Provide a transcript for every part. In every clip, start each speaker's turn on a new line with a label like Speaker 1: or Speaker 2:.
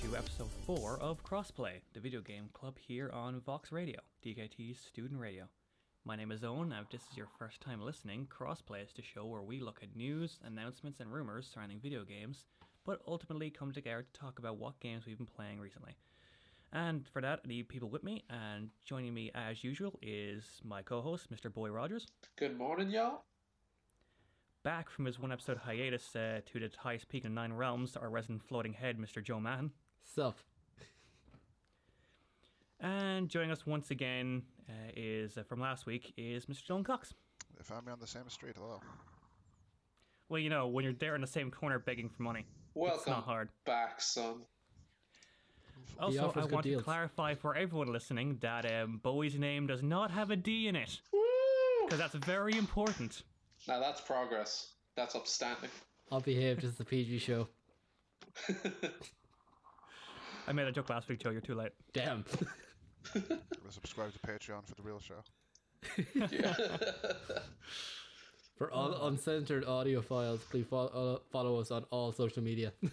Speaker 1: to episode 4 of Crossplay, the video game club here on Vox Radio, DKT's student radio. My name is Owen, and if this is your first time listening, Crossplay is the show where we look at news, announcements, and rumors surrounding video games, but ultimately come together to talk about what games we've been playing recently. And for that, I need people with me, and joining me as usual is my co host, Mr. Boy Rogers.
Speaker 2: Good morning, y'all.
Speaker 1: Back from his one episode hiatus uh, to the highest peak in Nine Realms, our resident floating head, Mr. Joe Mann.
Speaker 3: Sup.
Speaker 1: And joining us once again uh, is uh, from last week is Mr. John Cox.
Speaker 4: They found me on the same street. Hello.
Speaker 1: Well, you know, when you're there in the same corner begging for money.
Speaker 2: Welcome
Speaker 1: not hard.
Speaker 2: back, son.
Speaker 1: Also,
Speaker 3: offers
Speaker 1: I
Speaker 3: good
Speaker 1: want to
Speaker 3: deals.
Speaker 1: clarify for everyone listening that um, Bowie's name does not have a D in it
Speaker 2: Woo!
Speaker 1: because that's very important.
Speaker 2: Now that's progress. That's upstanding.
Speaker 3: I'll behave. This is the PG show.
Speaker 1: I made a joke last week, Joe. You're too late.
Speaker 3: Damn.
Speaker 4: We'll subscribe to Patreon for the real show.
Speaker 3: For all uncensored audio files, please follow, follow us on all social media.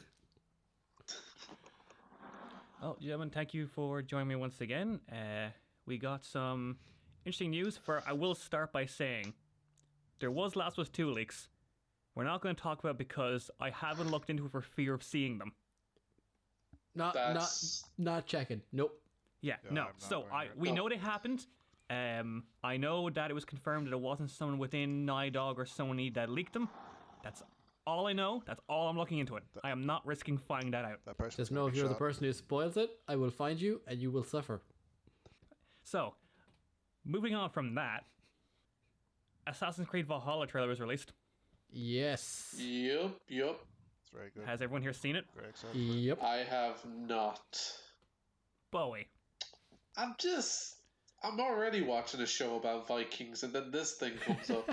Speaker 1: Oh, gentlemen, thank you for joining me once again. Uh, we got some interesting news. For I will start by saying there was Last was Two leaks. We're not going to talk about it because I haven't looked into it for fear of seeing them.
Speaker 3: Uh, Not
Speaker 2: That's-
Speaker 3: not not checking. Nope.
Speaker 1: Yeah,
Speaker 4: Yeah,
Speaker 1: no.
Speaker 4: I'm not
Speaker 1: So
Speaker 4: going
Speaker 1: I
Speaker 4: there.
Speaker 1: we
Speaker 2: No.
Speaker 1: know they happened. Um, I know that it was confirmed that it wasn't someone within Nidog or Sony that leaked them. That's all I know. That's all I'm looking into it. I am not risking finding that out.
Speaker 4: That person.
Speaker 3: Just know if you're the person who spoils it, I will find you and you will suffer.
Speaker 1: So, moving on from that, Assassin's Creed Valhalla trailer was released.
Speaker 3: Yes.
Speaker 2: Yup, yup.
Speaker 4: It's very good.
Speaker 1: Has everyone here seen it?
Speaker 4: very excited.
Speaker 3: Yep.
Speaker 2: I have not.
Speaker 1: Bowie.
Speaker 2: I'm just. I'm already watching a show about Vikings, and then this thing comes up.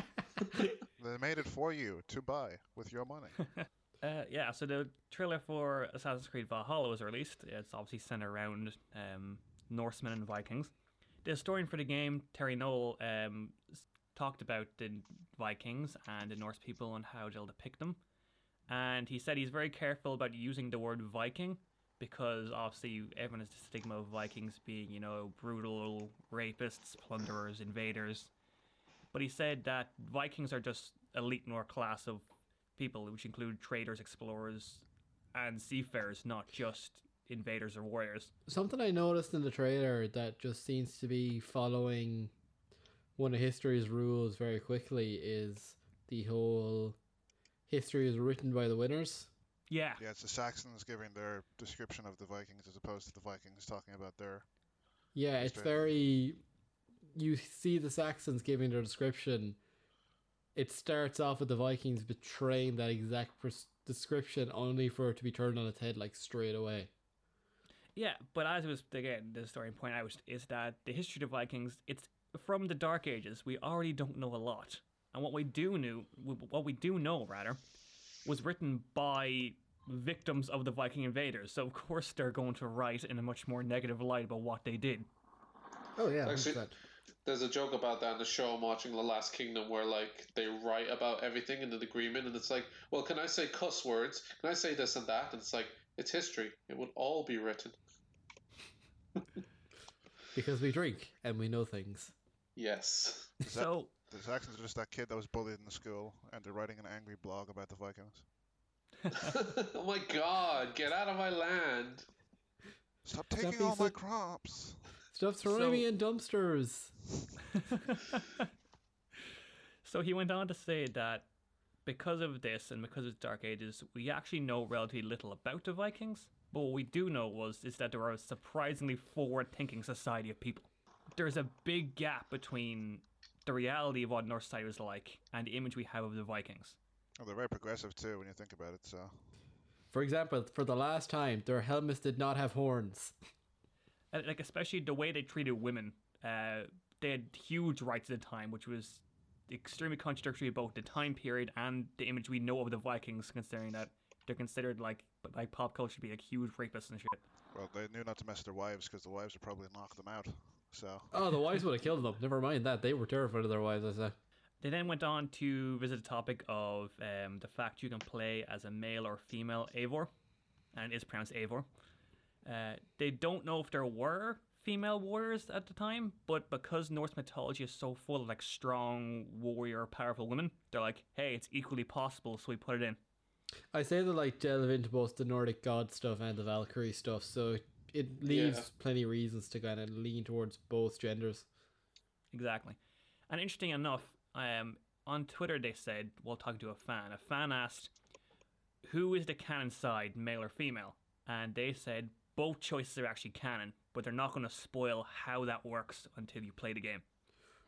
Speaker 4: They made it for you to buy with your money.
Speaker 1: Uh, yeah, so the trailer for Assassin's Creed Valhalla was released. It's obviously centered around um, Norsemen and Vikings. The historian for the game, Terry Noel, um, s- talked about the Vikings and the Norse people and how they'll depict them. And he said he's very careful about using the word Viking because obviously everyone has the stigma of Vikings being, you know, brutal rapists, plunderers, invaders. But he said that Vikings are just elite Nor class of people, which include traders, explorers, and seafarers, not just invaders or warriors.
Speaker 3: Something I noticed in the trailer that just seems to be following one of history's rules very quickly is the whole history is written by the winners.
Speaker 1: Yeah,
Speaker 4: yeah, it's the Saxons giving their description of the Vikings as opposed to the Vikings talking about their.
Speaker 3: Yeah, it's
Speaker 4: Mr.
Speaker 3: very. You see the Saxons giving their description. It starts off with the Vikings betraying that exact pres- description, only for it to be turned on its head like straight away.
Speaker 1: yeah. But as it was again, the story point out is that the history of the Vikings it's from the Dark Ages. We already don't know a lot, and what we do knew, what we do know rather, was written by victims of the Viking invaders. So of course they're going to write in a much more negative light about what they did.
Speaker 3: Oh yeah,
Speaker 2: Actually- that. There's a joke about that in the show I'm watching, The Last Kingdom, where like they write about everything in an agreement, and it's like, well, can I say cuss words? Can I say this and that? And it's like, it's history. It would all be written.
Speaker 3: because we drink and we know things.
Speaker 2: Yes.
Speaker 1: So
Speaker 4: The Saxons are just that kid that was bullied in the school, and they're writing an angry blog about the Vikings.
Speaker 2: oh my God! Get out of my land.
Speaker 4: Stop taking
Speaker 3: being
Speaker 4: all my
Speaker 3: so-
Speaker 4: crops.
Speaker 3: Stop throwing
Speaker 1: So-
Speaker 3: me in dumpsters.
Speaker 1: So he went on to say that because of this and because of Dark Ages, we actually know relatively little about the Vikings. But what we do know was is that they were a surprisingly forward-thinking society of people. There's a big gap between the reality of what North side was like and the image we have of the Vikings.
Speaker 4: Oh, they're very progressive too when you think about it. So
Speaker 3: For example, for the last time, their helmets did not have horns.
Speaker 1: And, Uh, like especially the way they treated women. Uh, they had huge rights at the time, which was extremely contradictory about the time period and the image we know of the Vikings, considering that they're considered like but like pop culture to be like huge rapists and shit.
Speaker 4: well, they knew not to mess with their wives because the wives would probably knock them out. So
Speaker 3: Oh, the wives would have killed them. Never mind that; they were terrified of their wives. I said.
Speaker 1: They then went on to visit the topic of um, the fact you can play as a male or female Eivor, and it is pronounced Eivor. Uh, they don't know if there were female warriors at the time, but because Norse mythology is so full of like strong warrior, powerful women, they're like, hey, it's equally possible, so we put it in.
Speaker 3: I say they like delve into both the Nordic god stuff and the Valkyrie stuff, so it, it leaves
Speaker 2: Yeah.
Speaker 3: plenty of reasons to kind of lean towards both genders.
Speaker 1: Exactly. And interesting enough, um, on Twitter they said, while talking to a fan, a fan asked, who is the canon side, male or female? And they said, both choices are actually canon, but they're not going to spoil how that works until you play the game.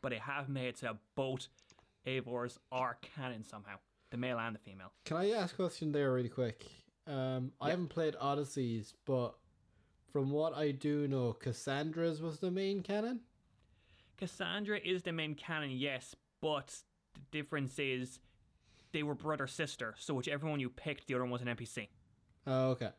Speaker 1: But they have made it so that both Avors are canon somehow, the male and the female.
Speaker 3: Can I ask a question there really quick? Um, I haven't played Odysseys, but from what I do know, Cassandra's was the main canon.
Speaker 1: Cassandra is the main canon, yes, but the difference is they were brother sister, so whichever one you picked, the other one was an NPC.
Speaker 3: Oh, okay.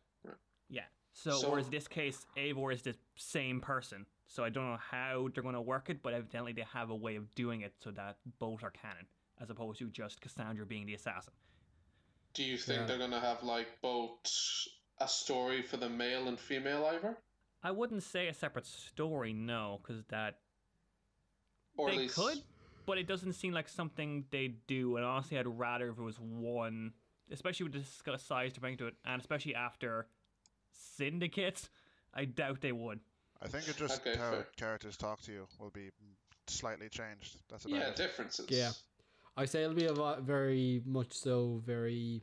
Speaker 1: Yeah. So,
Speaker 2: So-
Speaker 1: whereas this case, Eivor is the same person. So I don't know how they're going to work it, but evidently they have a way of doing it so that both are canon, as opposed to just Cassandra being the assassin.
Speaker 2: Do you think
Speaker 3: Yeah.
Speaker 2: they're gonna have like both a story for the male and female either,
Speaker 1: I wouldn't say a separate story, no, because that
Speaker 2: or
Speaker 1: they
Speaker 2: at least
Speaker 1: could, but it doesn't seem like something they do. And honestly, I'd rather if it was one, especially with the sc- size to bring to it, and especially after Syndicate, I doubt they would.
Speaker 4: I think it just
Speaker 2: Okay,
Speaker 4: how
Speaker 2: fair.
Speaker 4: characters talk to you will be slightly changed. That's about
Speaker 2: yeah
Speaker 4: it.
Speaker 2: differences.
Speaker 3: Yeah. I say it'll be a lot, very much so, very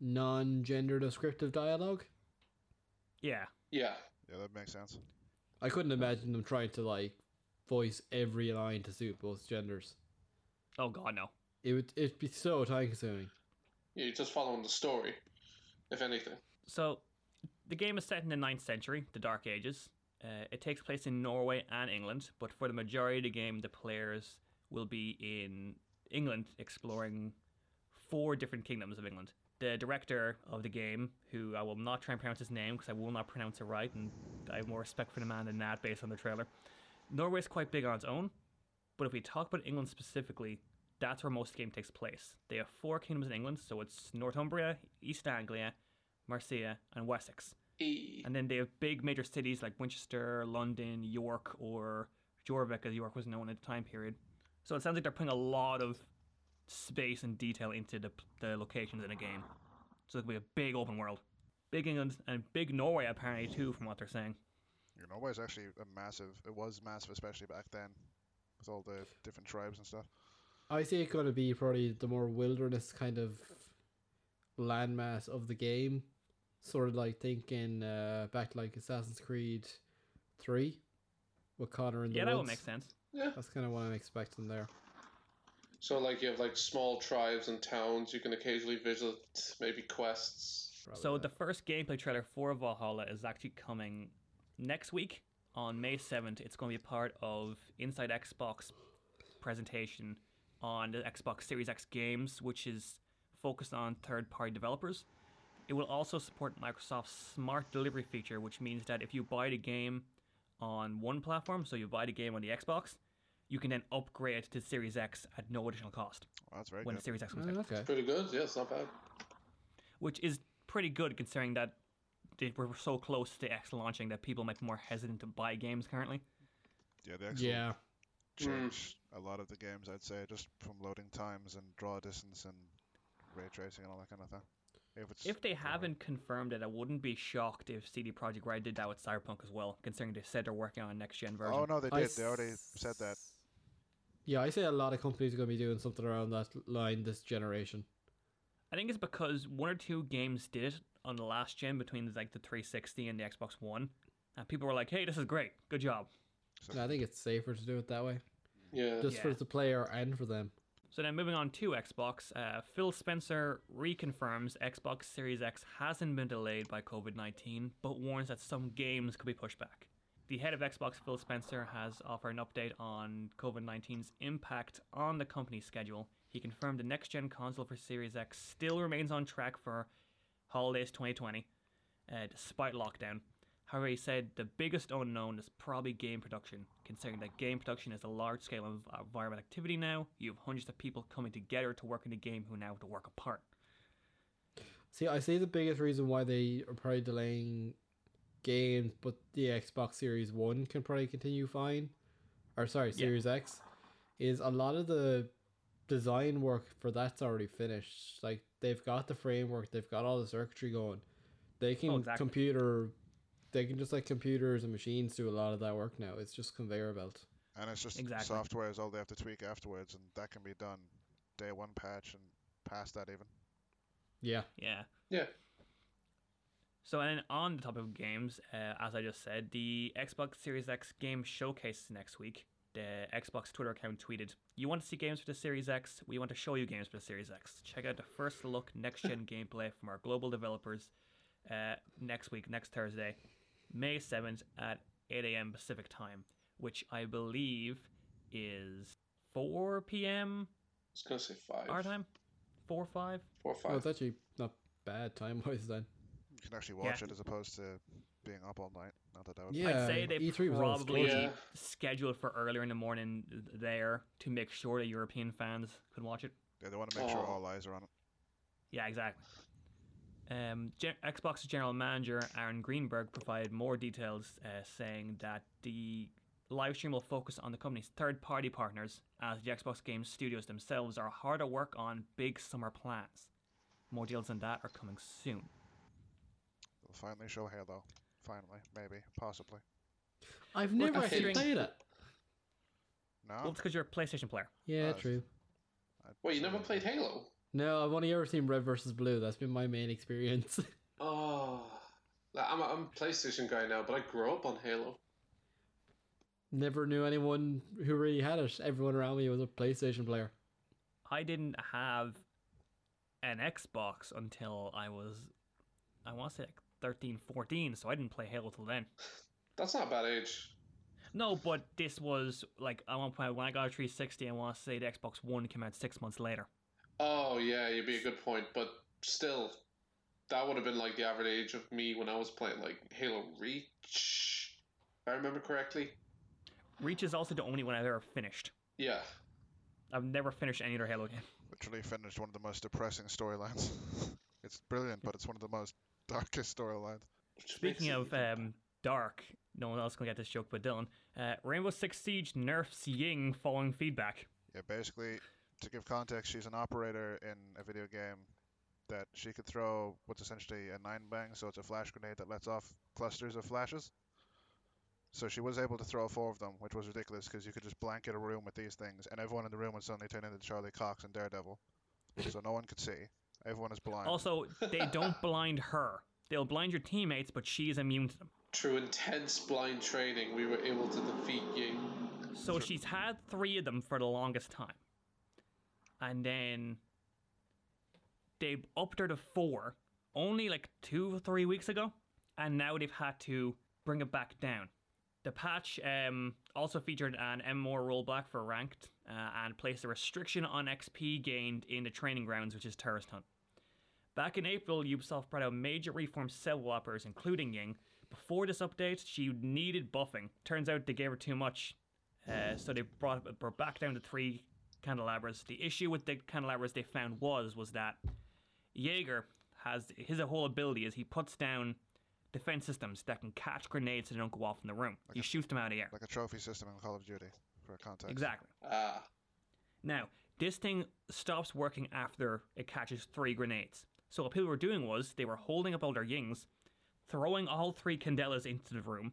Speaker 3: non-gender descriptive dialogue.
Speaker 1: Yeah.
Speaker 2: Yeah.
Speaker 4: Yeah, that makes sense.
Speaker 3: I couldn't imagine them trying to like voice every line to suit both genders.
Speaker 1: Oh God, no.
Speaker 3: It would it'd be so time consuming.
Speaker 2: You're just following the story, if anything.
Speaker 1: So, the game is set in the 9th century, the Dark Ages. Uh, it takes place in Norway and England, but for the majority of the game, the players will be in England exploring four different kingdoms of England. The director of the game, who I will not try and pronounce his name because I will not pronounce it right, and I have more respect for the man than that based on the trailer. Norway's quite big on its own, but if we talk about England specifically, that's where most of the game takes place. They have four kingdoms in England, so it's Northumbria, East Anglia, Marseille, and Wessex.
Speaker 2: E.
Speaker 1: And then they have big major cities like Winchester, London, York, or Jorvik, as York was known at the time period. So it sounds like they're putting a lot of space and detail into the, the locations in a game. So it'll be a big open world. Big England and big Norway, apparently, too, from what they're saying.
Speaker 4: You know, Norway's actually a massive. It was massive, especially back then, with all the different tribes and stuff.
Speaker 3: I see it going to be probably the more wilderness kind of landmass of the game, sort of like thinking uh, back to like Assassin's Creed Three, with Connor in the
Speaker 1: yeah, that
Speaker 3: woods.
Speaker 1: would make sense.
Speaker 2: Yeah.
Speaker 3: That's kind of what I'm expecting there.
Speaker 2: So like you have like small tribes and towns you can occasionally visit, maybe quests.
Speaker 3: probably
Speaker 1: So
Speaker 3: not.
Speaker 1: the first gameplay trailer for Valhalla is actually coming next week on May 7th. It's going to be part of Inside Xbox presentation on the Xbox Series X games, which is focused on third-party developers. It will also support Microsoft's smart delivery feature, which means that if you buy the game on one platform, so you buy the game on the Xbox, you can then upgrade to Series X at no additional cost
Speaker 4: Well, that's very
Speaker 1: when the
Speaker 4: good.
Speaker 1: Series X comes out
Speaker 3: Oh, okay.
Speaker 2: Pretty good. Yeah, it's not bad.
Speaker 1: which is pretty good considering that they were so close to X launching that people might be more hesitant to buy games currently.
Speaker 4: Yeah, the actual
Speaker 3: Yeah,
Speaker 2: Hmm.
Speaker 4: change a lot of the games. I'd say just from loading times and draw distance and ray tracing and all that kind of thing. If it's
Speaker 1: If they
Speaker 4: done right.
Speaker 1: haven't confirmed it, I wouldn't be shocked if CD Projekt Red did that with Cyberpunk as well, considering they said they're working on a next gen version.
Speaker 4: Oh no, they
Speaker 3: I
Speaker 4: did. They already said that.
Speaker 3: s- Yeah, I say a lot of companies are going to be doing something around that line this generation.
Speaker 1: I think it's because one or two games did it on the last gen between like the 360 and the Xbox One, and people were like, "Hey, this is great, good job."
Speaker 4: So,
Speaker 3: And I think it's safer to do it that way,
Speaker 2: Yeah.
Speaker 3: just for
Speaker 1: Yeah.
Speaker 3: the player and for them.
Speaker 1: So then moving on to Xbox, uh, Phil Spencer reconfirms Xbox Series X hasn't been delayed by COVID 19, but warns that some games could be pushed back. The head of Xbox, Phil Spencer, has offered an update on COVID 19's impact on the company's schedule. He confirmed the next gen console for Series X still remains on track for holidays 2020, uh, despite lockdown. However, he said the biggest unknown is probably game production, considering that game production is a large scale env- uh, environment activity now. You have hundreds of people coming together to work in a game who now have to work apart.
Speaker 3: See, I see the biggest reason why they are probably delaying games, but the Xbox Series One can probably continue fine. Or sorry, Series X is a lot of the design work for that's already finished. Like they've got the framework, they've got all the circuitry going. They can
Speaker 1: exactly.
Speaker 3: computer, they can just like computers and machines do a lot of that work now. It's just conveyor belt.
Speaker 4: And it's just
Speaker 1: Exactly.
Speaker 4: software is all they have to tweak afterwards, and that can be done day one patch and past that even.
Speaker 3: Yeah,
Speaker 1: Yeah.
Speaker 2: Yeah.
Speaker 1: So, and then on the topic of games, uh, as I just said, the Xbox Series X game showcase next week. The Xbox Twitter account tweeted, "You want to see games for the Series X? We want to show you games for the Series X. Check out the first look next gen gameplay from our global developers uh, next week, next Thursday, May seventh at 8 a.m. Pacific time, which I believe is 4 p.m.
Speaker 2: was gonna say five.
Speaker 1: our time, four five.
Speaker 2: Four or
Speaker 3: well,
Speaker 2: five.
Speaker 3: Oh, it's actually not bad time wise then.
Speaker 4: You can actually
Speaker 1: Yeah.
Speaker 4: watch it as opposed to being up all night. Not that I would.
Speaker 3: Yeah,
Speaker 1: I'd say they
Speaker 3: E3 was all
Speaker 1: probably
Speaker 2: squishy. Yeah.
Speaker 1: scheduled for earlier in the morning there to make sure that European fans could watch it.
Speaker 4: Yeah, they want to make sure
Speaker 2: Aw.
Speaker 4: all eyes are on it.
Speaker 1: Yeah, exactly. Um, Gen- Xbox's general manager Aaron Greenberg provided more details, uh, saying that the live stream will focus on the company's third-party partners, as the Xbox Game Studios themselves are hard at work on big summer plans. More deals on that are coming soon.
Speaker 4: They'll finally show Halo. Finally, maybe, possibly.
Speaker 3: I've
Speaker 1: We're
Speaker 3: never actually
Speaker 1: considering-
Speaker 3: played it.
Speaker 4: No.
Speaker 1: Well, it's because you're a PlayStation player.
Speaker 3: Yeah,
Speaker 4: Uh,
Speaker 3: true.
Speaker 4: I'd
Speaker 2: Wait, you
Speaker 4: say
Speaker 2: never
Speaker 4: maybe.
Speaker 2: played Halo?
Speaker 3: No, I've only ever seen Red versus Blue. That's been my main experience.
Speaker 2: Oh, Like, I'm a, I'm a PlayStation guy now, but I grew up on Halo.
Speaker 3: never knew anyone who really had it. Everyone around me was a PlayStation player.
Speaker 1: I didn't have an Xbox until I was, I want to say like 13, 14, so I didn't play Halo till then.
Speaker 2: That's not a bad age.
Speaker 1: No, but this was like at one point when I got a 360, I want to say the Xbox One came out six months later.
Speaker 2: Oh yeah, you'd be a good point, but still, that would have been like the average age of me when I was playing like Halo Reach. If I remember correctly.
Speaker 1: Reach is also the only one I've ever finished.
Speaker 2: Yeah.
Speaker 1: I've never finished any other Halo game.
Speaker 4: Literally finished one of the most depressing storylines. it's brilliant, but it's one of the most darkest storylines.
Speaker 2: Which makes
Speaker 1: Speaking
Speaker 2: it
Speaker 1: of
Speaker 2: even-
Speaker 1: um, dark, no one else can get this joke but Dylan. Uh, Rainbow Six Siege nerfs Ying following feedback.
Speaker 4: Yeah, basically, to give context, she's an operator in a video game that she could throw what's essentially a nine bang, so it's a flash grenade that lets off clusters of flashes. So she was able to throw four of them, which was ridiculous because you could just blanket a room with these things, and everyone in the room would suddenly turn into Charlie Cox and Daredevil. So no one could see. Everyone is blind.
Speaker 1: Also, they don't blind her. They'll blind your teammates, but she's immune to them.
Speaker 2: through intense blind training, we were able to defeat Ying.
Speaker 1: So she's had three of them for the longest time. And then they upped her to four only like two or three weeks ago. And now they've had to bring it back down. The patch um, also featured an M more rollback for ranked uh, and placed a restriction on XP gained in the training grounds, which is Terrorist Hunt. Back in April, Ubisoft brought out major reform cell whoppers, including Ying. Before this update, she needed buffing. Turns out they gave her too much, uh, so they brought her back down to three candelabras. The issue with the candelabras they found was was that Jaeger has his whole ability is he puts down defense systems that can catch grenades so they don't go off in the room. He shoots them out of the air.
Speaker 4: Like a trophy system in Call of Duty, for context.
Speaker 1: Exactly.
Speaker 2: Ah,
Speaker 1: Now, this thing stops working after it catches three grenades. So what people were doing was they were holding up all their yings, throwing all three candelas into the room,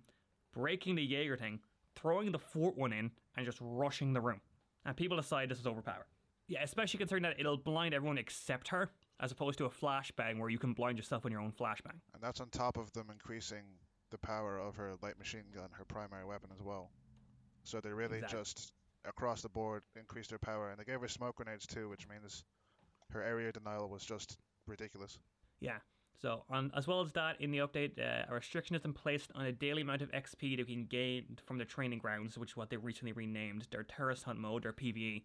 Speaker 1: breaking the Jaeger thing, throwing the fort one in, and just rushing the room. And people decide this is overpowered. Yeah, especially considering that it'll blind everyone except her, as opposed to a flashbang where you can blind yourself in your own flashbang.
Speaker 4: And that's on top of them increasing the power of her light machine gun, her primary weapon as well. So they really
Speaker 1: Exactly.
Speaker 4: just across the board increased her power, and they gave her smoke grenades too, which means her area denial was just ridiculous.
Speaker 1: Yeah. So, on, as well as that, in the update, uh, a restriction has been placed on a daily amount of XP that we can gain from the training grounds, which is what they recently renamed their Terrorist Hunt mode, or PvE.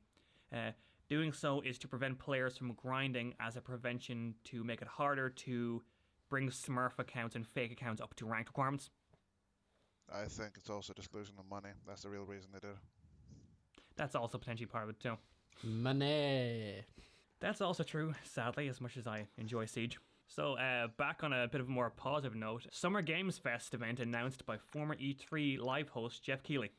Speaker 1: Uh, doing so is to prevent players from grinding as a prevention to make it harder to bring Smurf accounts and fake accounts up to ranked requirements.
Speaker 4: I think it's also just losing the money. That's the real reason they did. it.
Speaker 1: That's also potentially part of it, too.
Speaker 3: Money.
Speaker 1: That's also true, sadly, as much as I enjoy Siege. So, uh, back on a bit of a more positive note, Summer Games Fest event announced by former E3 live host Jeff Keighley.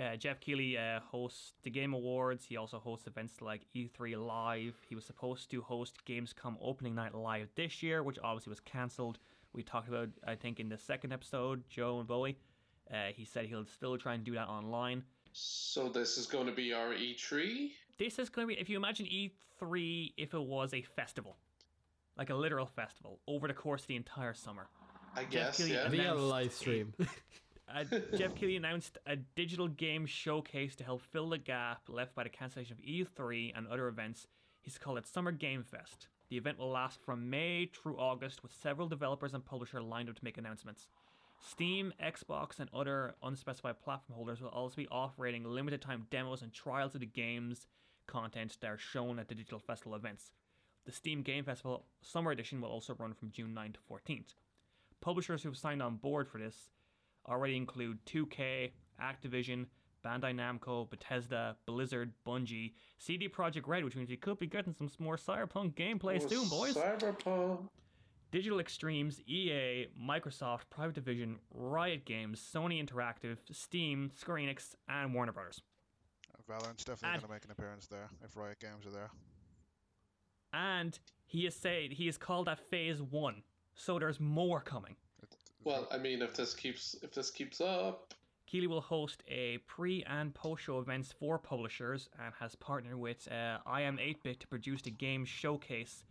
Speaker 1: Uh, Jeff Keighley uh, hosts the Game Awards. He also hosts events like E3 Live. He was supposed to host Gamescom Opening Night Live this year, which obviously was cancelled. We talked about, I think, in the second episode, Joe and Bowie. Uh, he said he'll still try and do that online.
Speaker 2: So this is going to be our E E3.
Speaker 1: This is going to be, if you imagine E3 if it was a festival, like a literal festival, over the course of the entire summer.
Speaker 2: I guess.
Speaker 1: Keighley
Speaker 2: Yeah.
Speaker 1: announced-
Speaker 3: Via live stream.
Speaker 1: Uh, Jeff Keighley announced a digital game showcase to help fill the gap left by the cancellation of E3 and other events. He's called it Summer Game Fest. The event will last from May through August, with several developers and publisher lined up to make announcements. Steam, Xbox, and other unspecified platform holders will also be offering limited time demos and trials of the games content that are shown at the digital festival events. The Steam Game Festival Summer Edition will also run from June 9 to 14th. Publishers who have signed on board for this already include 2K, Activision, Bandai Namco, Bethesda, Blizzard, Bungie, CD Projekt Red, which means you could be getting some more Cyberpunk gameplay
Speaker 2: Oh,
Speaker 1: soon, boys.
Speaker 2: Cyberpunk.
Speaker 1: Digital Extremes, EA, Microsoft, Private Division, Riot Games, Sony Interactive, Steam, Square Enix, and Warner Brothers.
Speaker 4: Valorant's definitely
Speaker 1: And-
Speaker 4: going to make an appearance there if Riot Games are there.
Speaker 1: And he has said he has called that phase one. So there's more coming.
Speaker 2: Well, I mean, if this keeps if this keeps up,
Speaker 1: Keeley will host a pre and post show events for publishers and has partnered with uh, IM8bit to produce the game showcase.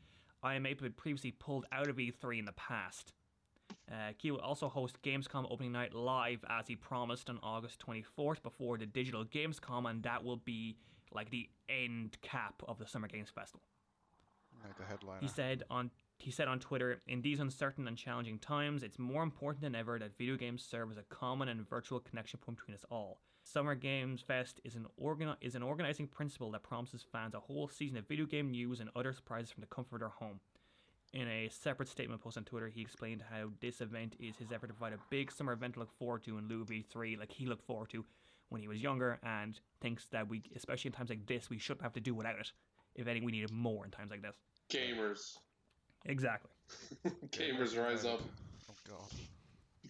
Speaker 1: IM8bit previously pulled out of E3 in the past. Uh, Keeley will also host Gamescom opening night live as he promised on August 24th before the digital Gamescom, and that will be like the end cap of the Summer Games Festival.
Speaker 4: Like the headliner.
Speaker 1: He said on he said on Twitter, "In these uncertain and challenging times, it's more important than ever that video games serve as a common and virtual connection point between us all. Summer Games Fest is an organ is an organizing principle that promises fans a whole season of video game news and other surprises from the comfort of their home." In a separate statement posted on Twitter, he explained how this event is his effort to provide a big summer event to look forward to in lieu of E3, like he looked forward to when he was younger, and thinks that we, especially in times like this, we shouldn't have to do without it. If anything, we need it more in times like this.
Speaker 2: gamers,
Speaker 1: Exactly.
Speaker 2: gamers rise up.
Speaker 4: Oh god.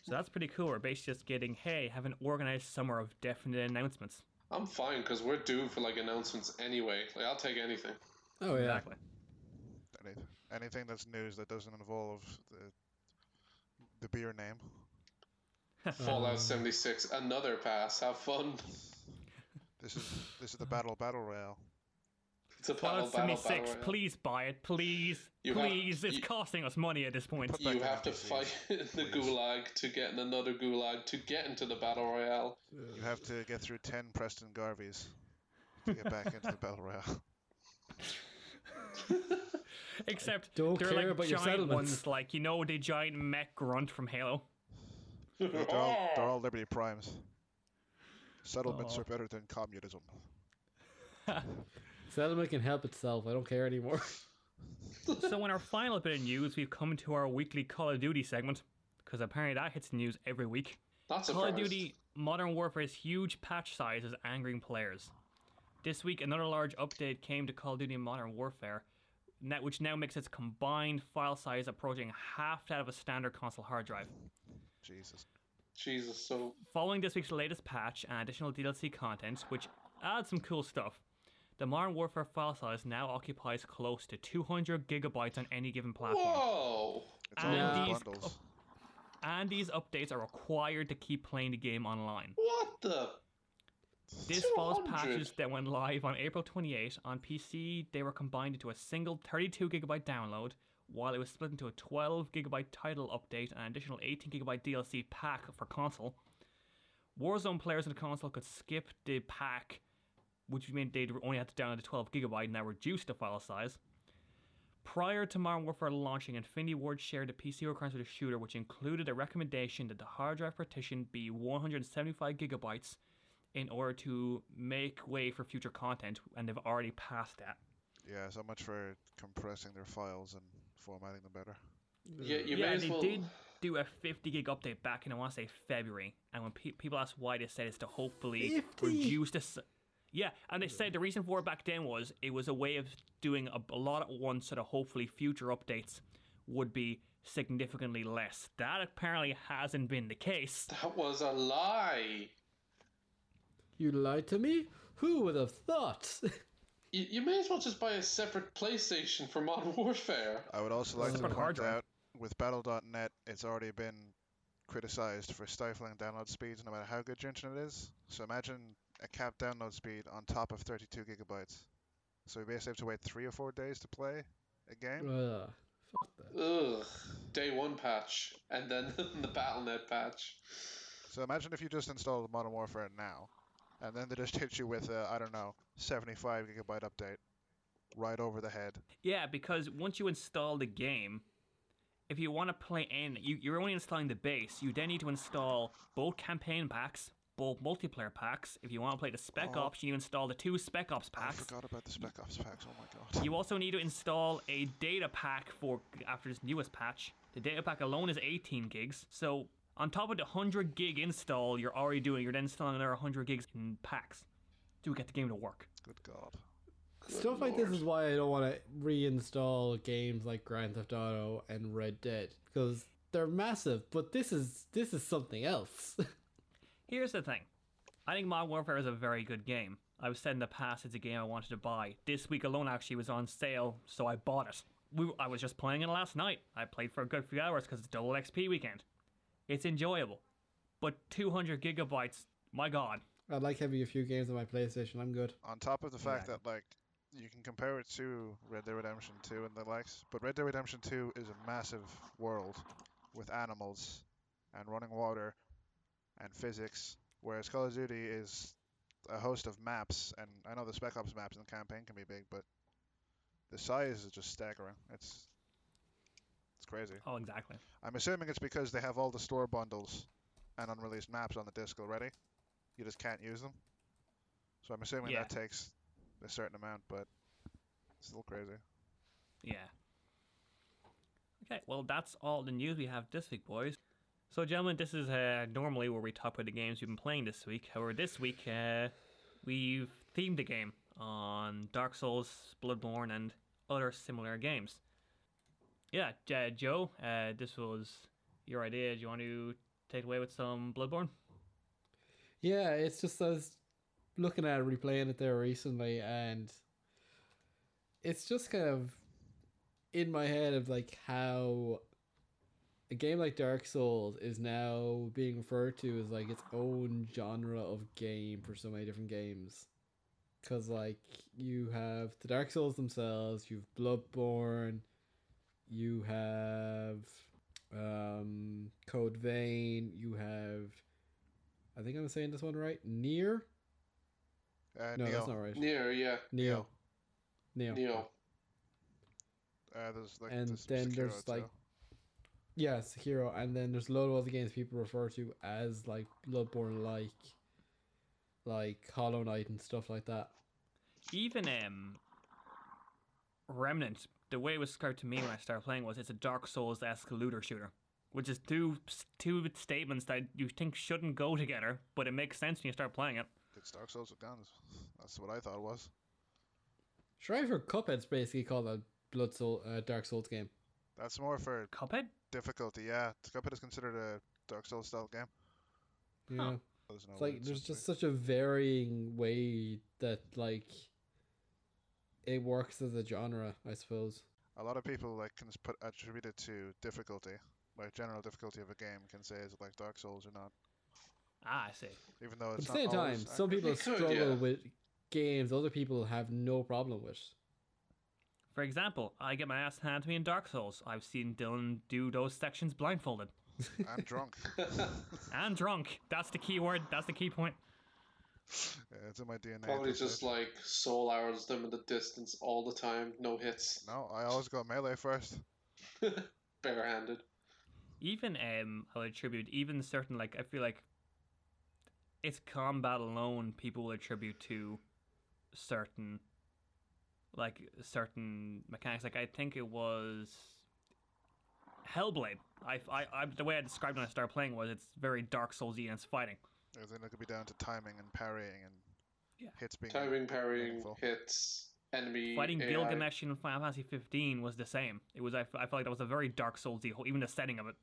Speaker 1: So that's pretty cool. We're basically just getting, hey, have an organized summer of definite announcements.
Speaker 2: I'm fine because we're due for like announcements anyway. Like I'll take anything.
Speaker 3: Oh yeah.
Speaker 1: Exactly.
Speaker 4: Any, anything that's news that doesn't involve the, the beer name.
Speaker 2: Fallout
Speaker 3: Um,
Speaker 2: 76, another pass. Have fun.
Speaker 4: This is this is the battle battle royale.
Speaker 2: It's a battle,
Speaker 1: Fallout
Speaker 2: battle,
Speaker 1: 76,
Speaker 2: battle. royale.
Speaker 1: please buy it. Please.
Speaker 2: You have-
Speaker 1: please. it's
Speaker 2: you-
Speaker 1: costing us money at this point.
Speaker 4: Put back
Speaker 2: You
Speaker 4: in
Speaker 2: have to
Speaker 4: NPCs,
Speaker 2: fight in the
Speaker 4: please.
Speaker 2: gulag to get in another gulag to get into the battle royale.
Speaker 4: You have to get through ten Preston Garveys to get back into the battle royale.
Speaker 1: Except
Speaker 3: don't
Speaker 1: they're
Speaker 3: care
Speaker 1: like
Speaker 3: about your
Speaker 1: giant
Speaker 3: settlements.
Speaker 1: ones, like, you know, the giant mech grunt from Halo.
Speaker 4: They're all, they're all Liberty Primes. Settlements
Speaker 1: Oh.
Speaker 4: are better than communism.
Speaker 3: Settlement can help itself. I don't care anymore.
Speaker 1: so, in our final bit of news, we've come to our weekly Call of Duty segment, because apparently that hits the news every week.
Speaker 2: Not
Speaker 1: Call
Speaker 2: surprised.
Speaker 1: of Duty Modern Warfare's huge patch size is angering players. This week, another large update came to Call of Duty Modern Warfare, na- which now makes its combined file size approaching half that of a standard console hard drive.
Speaker 4: Jesus.
Speaker 2: Jesus, so
Speaker 1: Following this week's latest patch and additional DLC content, which adds some cool stuff, the Modern Warfare file size now occupies close to 200 gigabytes on any given platform.
Speaker 2: whoa.
Speaker 4: It's all in
Speaker 3: And
Speaker 1: these-
Speaker 4: bundles.
Speaker 1: And these updates are required to keep playing the game online.
Speaker 2: What the?
Speaker 1: This follows
Speaker 2: 200.
Speaker 1: patches that went live on April 28. On PC, they were combined into a single 32 gigabyte download, while it was split into a 12 gigabyte title update and an additional 18 gigabyte DLC pack for console. Warzone players on the console could skip the pack, which meant they only had to download the 12 gigabyte and that reduced the file size. Prior to Modern Warfare launching, Infinity Ward shared a PC requirements with the shooter, which included a recommendation that the hard drive partition be 175 gigabytes in order to make way for future content, and they've already passed that.
Speaker 4: Yeah, so much for compressing their files and formatting them better.
Speaker 2: Yeah, you
Speaker 1: yeah,
Speaker 2: may as
Speaker 1: they
Speaker 2: well.
Speaker 1: did do a 50 gig update back in, I want to say, February. And when pe- people asked why, they said it's to hopefully
Speaker 3: 50?
Speaker 1: reduce this. Yeah, and they said the reason for it back then was it was a way of doing a, a lot at once so that hopefully future updates would be significantly less. That apparently hasn't been the case.
Speaker 2: That was a lie.
Speaker 3: You lied to me? Who would have thought?
Speaker 2: You, you may as well just buy a separate PlayStation for Modern Warfare.
Speaker 4: I would also like to
Speaker 1: Separate hard
Speaker 4: point
Speaker 1: drive.
Speaker 4: out with Battle.net, it's already been criticized for stifling download speeds no matter how good your internet is. So imagine a capped download speed on top of 32 gigabytes. So we basically have to wait three or four days to play a game.
Speaker 3: Ugh, fuck that.
Speaker 2: Ugh. Day one patch, and then the BattleNet patch.
Speaker 4: So imagine if you just installed Modern Warfare now, and then they just hit you with a, I don't know, 75 gigabyte update right over the head.
Speaker 1: Yeah, because once you install the game, if you want to play in, you, you're only installing the base. You then need to install both campaign packs, both multiplayer packs. If you want to play the Spec
Speaker 4: Oh.
Speaker 1: Ops, you install the two Spec Ops
Speaker 4: I
Speaker 1: packs.
Speaker 4: forgot about the Spec Ops packs. Oh my god.
Speaker 1: You also need to install a data pack for after this newest patch. The data pack alone is 18 gigs. So on top of the 100 gig install you're already doing, you're then installing another 100 gigs in packs to get the game to work.
Speaker 4: Good god.
Speaker 3: Stuff like this
Speaker 2: lord.
Speaker 3: is why I don't want to reinstall games like Grand Theft Auto and Red Dead because they're massive. But this is this is something else.
Speaker 1: Here's the thing. I think Modern Warfare is a very good game. I've said in the past it's a game I wanted to buy. This week alone actually was on sale, so I bought it. We, I was just playing it last night. I played for a good few hours because it's double XP weekend. It's enjoyable. But 200 gigabytes, my god.
Speaker 3: I like having a few games on my PlayStation. I'm good.
Speaker 4: on top of the fact
Speaker 1: Right.
Speaker 4: that like you can compare it to Red Dead Redemption 2 and the likes, but Red Dead Redemption 2 is a massive world with animals and running water and physics, whereas Call of Duty is a host of maps. And I know the Spec Ops maps in the campaign can be big, but the size is just staggering. It's it's crazy.
Speaker 1: Oh, exactly.
Speaker 4: I'm assuming it's because they have all the store bundles and unreleased maps on the disc already. You just can't use them. So I'm assuming
Speaker 1: Yeah.
Speaker 4: that takes a certain amount, but it's still crazy.
Speaker 1: Yeah. Okay, well, that's all the news we have this week, boys. So, gentlemen, this is uh, normally where we talk about the games we've been playing this week. However, this week uh, we've themed a game on Dark Souls, Bloodborne, and other similar games. Yeah, J- Joe, uh, this was your idea. Do you want to take it away with some Bloodborne?
Speaker 3: Yeah, it's just I was looking at it, replaying it there recently, and it's just kind of in my head of like how a game like Dark Souls is now being referred to as like its own genre of game for so many different games. Cause like you have the Dark Souls themselves, you've Bloodborne, you have um, Code Vein, you have I think I'm saying this one right. Near?
Speaker 4: Uh,
Speaker 3: No,
Speaker 4: Neo,
Speaker 3: that's not right.
Speaker 2: Near, yeah.
Speaker 3: Neo. Neo.
Speaker 2: Neo.
Speaker 4: uh, there's like
Speaker 3: And
Speaker 4: this
Speaker 3: then
Speaker 4: Sekiro
Speaker 3: there's,
Speaker 4: too.
Speaker 3: like, Yeah, Sekiro. And then there's a lot of other games people refer to as like Bloodborne like like Hollow Knight and stuff like that.
Speaker 1: even um Remnant, the way it was described to me when I started playing was it's a Dark Souls esque looter shooter, which is two two statements that you think shouldn't go together, but it makes sense when you start playing it.
Speaker 4: It's Dark Souls with guns. That's what I thought it was.
Speaker 3: Sure, for Cuphead's basically called a Blood Soul uh, Dark Souls game.
Speaker 4: That's more for
Speaker 1: Cuphead,
Speaker 4: difficulty. Yeah, Cuphead is considered a Dark Souls style game.
Speaker 3: Yeah.
Speaker 1: Huh.
Speaker 4: There's no
Speaker 3: It's
Speaker 4: way
Speaker 3: like there's
Speaker 4: supposed
Speaker 3: just such a varying way that like it works as a genre, I suppose.
Speaker 4: to be. a lot of people like can s- put attribute it to difficulty, like general difficulty of a game can say is it like Dark Souls or not,
Speaker 1: ah, I see.
Speaker 4: even though
Speaker 3: But
Speaker 4: it's
Speaker 3: at the
Speaker 4: not
Speaker 3: same time,
Speaker 4: always
Speaker 3: some
Speaker 4: accurate.
Speaker 3: people
Speaker 2: It could,
Speaker 3: struggle
Speaker 2: yeah.
Speaker 3: with games other people have no problem with.
Speaker 1: For example, I get my ass handed to me in Dark Souls. I've seen Dylan do those sections blindfolded
Speaker 4: I'm drunk.
Speaker 1: and drunk. That's the key word. That's the key point.
Speaker 4: Yeah, it's in my DNA. at
Speaker 2: Probably
Speaker 4: this
Speaker 2: just
Speaker 4: age.
Speaker 2: like soul arrows them in the distance all the time, no hits,
Speaker 4: No, I always go melee first.
Speaker 2: barehanded.
Speaker 1: even um I'll attribute even certain like I feel like it's combat alone people will attribute to certain like certain mechanics. Like I think it was Hellblade. I, I, I the way I described it when I started playing was it's very Dark Soulsy and it's fighting.
Speaker 4: I think it could be down to timing and parrying and
Speaker 1: Yeah.
Speaker 4: hits being.
Speaker 2: Timing, parrying,
Speaker 4: meaningful.
Speaker 2: hits. enemy
Speaker 1: Fighting
Speaker 2: AI.
Speaker 1: Gilgamesh in Final Fantasy 15 was the same. It was I, I felt like that was a very Dark Soulsy, whole- even the setting of it.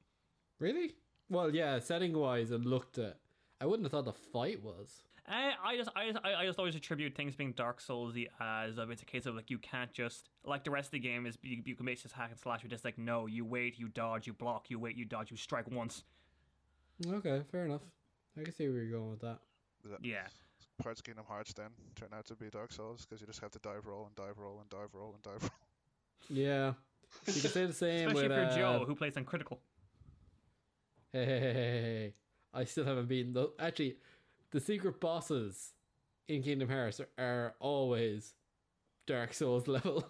Speaker 3: Really? Well, yeah, setting wise, it looked at. I wouldn't have thought the fight was.
Speaker 1: I, Eh, I just I just I I just always attribute things being Dark Soulsy as of it's a case of like you can't just like the rest of the game is you, you can basically just hack and slash. You're just like no, you wait, you dodge, you block, you wait, you dodge, you strike once.
Speaker 3: Okay, fair enough. I can see where you're going with that.
Speaker 4: Is that-
Speaker 1: Yeah.
Speaker 4: Parts of Kingdom Hearts then turn out to be Dark Souls because you just have to dive roll and dive roll and dive roll and dive roll.
Speaker 3: Yeah, you can say the same
Speaker 1: Especially
Speaker 3: with.
Speaker 1: if you're
Speaker 3: uh,
Speaker 1: Joe who plays on critical.
Speaker 3: Hey, hey, hey, hey, hey. I still haven't beaten those. Actually, the secret bosses in Kingdom Hearts are, are always Dark Souls level.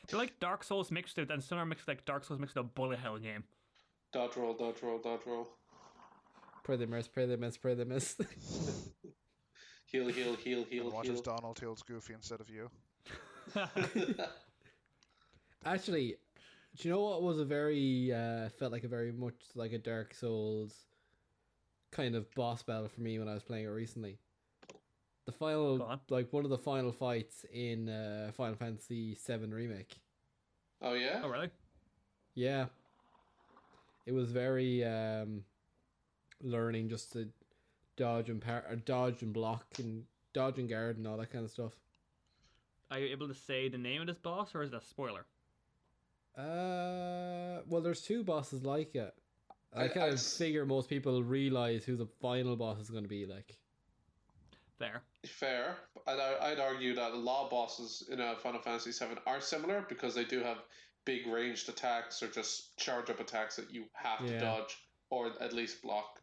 Speaker 1: They're like Dark Souls mixed with and some are mixed with, like Dark Souls mixed with a bullet hell game.
Speaker 2: Dodge roll, dodge roll, dodge roll.
Speaker 3: pray they miss, pray they miss, pray they miss.
Speaker 2: Heal, heal, heal,
Speaker 4: And
Speaker 2: heal,
Speaker 4: watch as
Speaker 2: heal.
Speaker 4: Donald heals Goofy instead of you.
Speaker 1: Oh,
Speaker 3: Actually, do you know what was a very uh, felt like a very much like a Dark Souls kind of boss battle for me when I was playing it recently? The
Speaker 1: Go
Speaker 3: final,
Speaker 1: on.
Speaker 3: like one of the final fights in uh, Final Fantasy VII remake.
Speaker 2: oh yeah.
Speaker 1: oh really?
Speaker 3: Yeah. It was very um learning just to dodge and par- or dodge and block and dodge and guard and all that kind of stuff.
Speaker 1: Are you able to say the name of this boss or is that a spoiler?
Speaker 3: Uh well there's two bosses like it. I,
Speaker 2: I-
Speaker 3: kind
Speaker 2: I
Speaker 3: of
Speaker 2: s-
Speaker 3: figure most people realize who the final boss is going to be like.
Speaker 1: There.
Speaker 2: Fair. I'd, I'd argue that a lot of bosses in uh, Final Fantasy VII are similar because they do have big ranged attacks or just charge up attacks that you have to
Speaker 3: Yeah.
Speaker 2: dodge or at least block.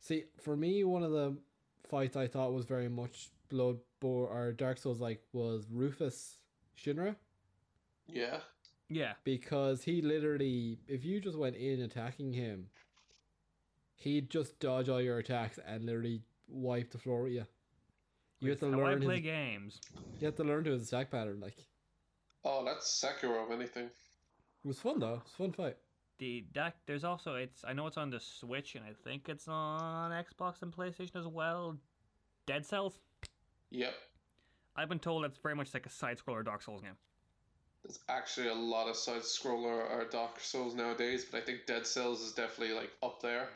Speaker 3: See, for me one of the fights I thought was very much Bloodborne or Dark Souls like was Rufus Shinra.
Speaker 2: Yeah.
Speaker 1: Yeah.
Speaker 3: because he literally, if you just went in attacking him, he'd just dodge all your attacks and literally wipe the floor with you. You have to
Speaker 1: How I
Speaker 3: learn.
Speaker 1: play
Speaker 3: His,
Speaker 1: games.
Speaker 3: you have to learn to his attack pattern. Like it
Speaker 2: Oh, that's Sekiro, if anything.
Speaker 3: was fun though. It was a fun fight.
Speaker 1: The that there's also it's I know it's on the Switch and I think it's on Xbox and PlayStation as well. Dead Cells.
Speaker 2: Yep.
Speaker 1: I've been told it's very much like a side scroller Dark Souls game.
Speaker 2: There's actually a lot of side scroller or Dark Souls nowadays, but I think Dead Cells is definitely like up there.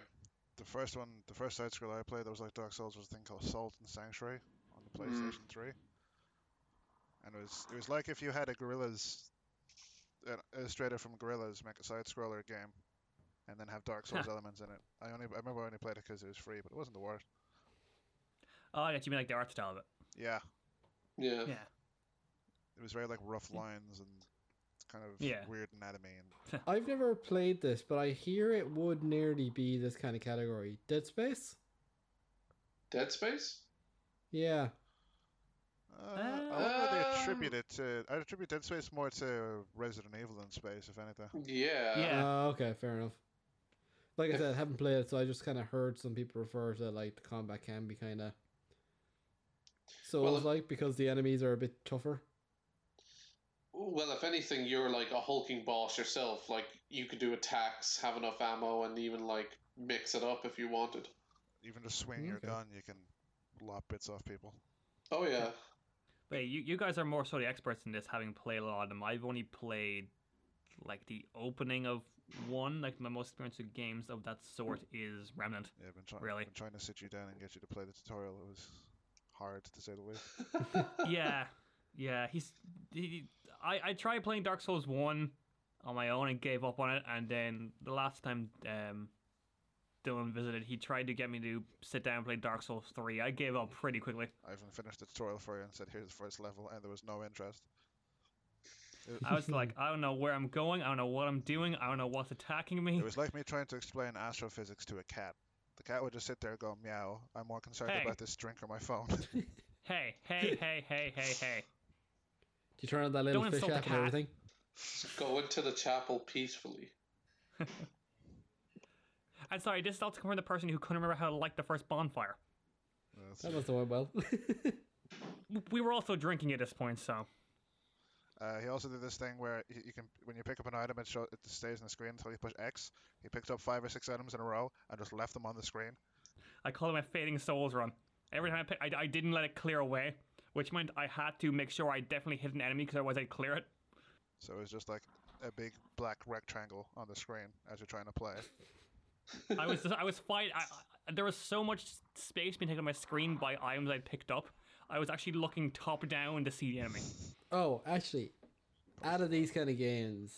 Speaker 4: The first one, the first side scroller I played that was like Dark Souls was a thing called Salt and Sanctuary on the
Speaker 2: Mm.
Speaker 4: PlayStation 3. And it was it was like if you had a Gorillas, an illustrator from Gorillas make a side scroller game, and then have Dark Souls elements in it. I only I remember I only played it because it was free, but it wasn't the worst.
Speaker 1: Oh yeah, you mean like the art style of it.
Speaker 4: Yeah,
Speaker 2: Yeah.
Speaker 1: Yeah.
Speaker 4: it was very like rough lines and kind of
Speaker 1: Yeah.
Speaker 4: weird anatomy and
Speaker 3: I've never played this, but I hear it would nearly be this kind of category. Dead Space.
Speaker 2: Dead Space?
Speaker 3: Yeah.
Speaker 4: Uh, I wouldn't really
Speaker 2: Ah.
Speaker 4: attribute it to. I attribute Dead Space more to Resident Evil than Space, if anything.
Speaker 2: Yeah.
Speaker 1: Yeah.
Speaker 3: Oh, okay, fair enough. Like I
Speaker 2: If-
Speaker 3: said, I haven't played it, so I just kind of heard some people refer to like the combat can be kind of. So
Speaker 2: Well,
Speaker 3: it's like because the enemies are a bit tougher.
Speaker 2: Well, if anything, you're like a hulking boss yourself. Like, you could do attacks, have enough ammo, and even like mix it up if you wanted.
Speaker 4: Even just swinging your
Speaker 3: Okay.
Speaker 4: gun, you can lop bits off people.
Speaker 2: Oh, yeah.
Speaker 1: But you, you guys are more so the experts in this, having played a lot of them. I've only played like the opening of one. Like my most experience with games of that sort is Remnant.
Speaker 4: Yeah, I've been, try-
Speaker 1: Really?
Speaker 4: been trying to sit you down and get you to play the tutorial. It was hard, to say the least.
Speaker 1: yeah, yeah. He's. He, I I tried playing Dark Souls one on my own and gave up on it. And then the last time um, Dylan visited, he tried to get me to sit down and play Dark Souls three. I gave up pretty quickly.
Speaker 4: I even finished the tutorial for you and said, "Here's the first level," and there was no interest. It,
Speaker 1: I was like, I don't know where I'm going. I don't know what I'm doing. I don't know what's attacking me.
Speaker 4: it was like me trying to explain astrophysics to a cat. The cat would just sit there and go meow. I'm more concerned
Speaker 1: Hey.
Speaker 4: about this drink or my phone.
Speaker 1: Hey, hey, hey, hey, hey, hey.
Speaker 3: Do you turn on that little
Speaker 1: Don't
Speaker 3: fish
Speaker 1: insult the
Speaker 3: app and
Speaker 1: cat.
Speaker 3: everything?
Speaker 2: Go into the chapel peacefully.
Speaker 1: I'm sorry, this is all from the person who couldn't remember how to light the first bonfire.
Speaker 4: That's-
Speaker 3: That must have went well.
Speaker 1: W- We were also drinking at this point, so
Speaker 4: Uh, he also did this thing where y- you can, when you pick up an item, it, show, it stays on the screen until you push X. He picked up five or six items in a row and just left them on the screen.
Speaker 1: I call it my fading souls run. Every time I, pick, I, I didn't let it clear away, which meant I had to make sure I definitely hit an enemy because otherwise I'd clear it.
Speaker 4: So it's just like a big black rectangle on the screen as you're trying to play.
Speaker 1: I was I was fight. I, I, there was so much space being taken on my screen by items I picked up. I was actually looking top down to see the enemy.
Speaker 3: Oh, actually, out of these kind of games,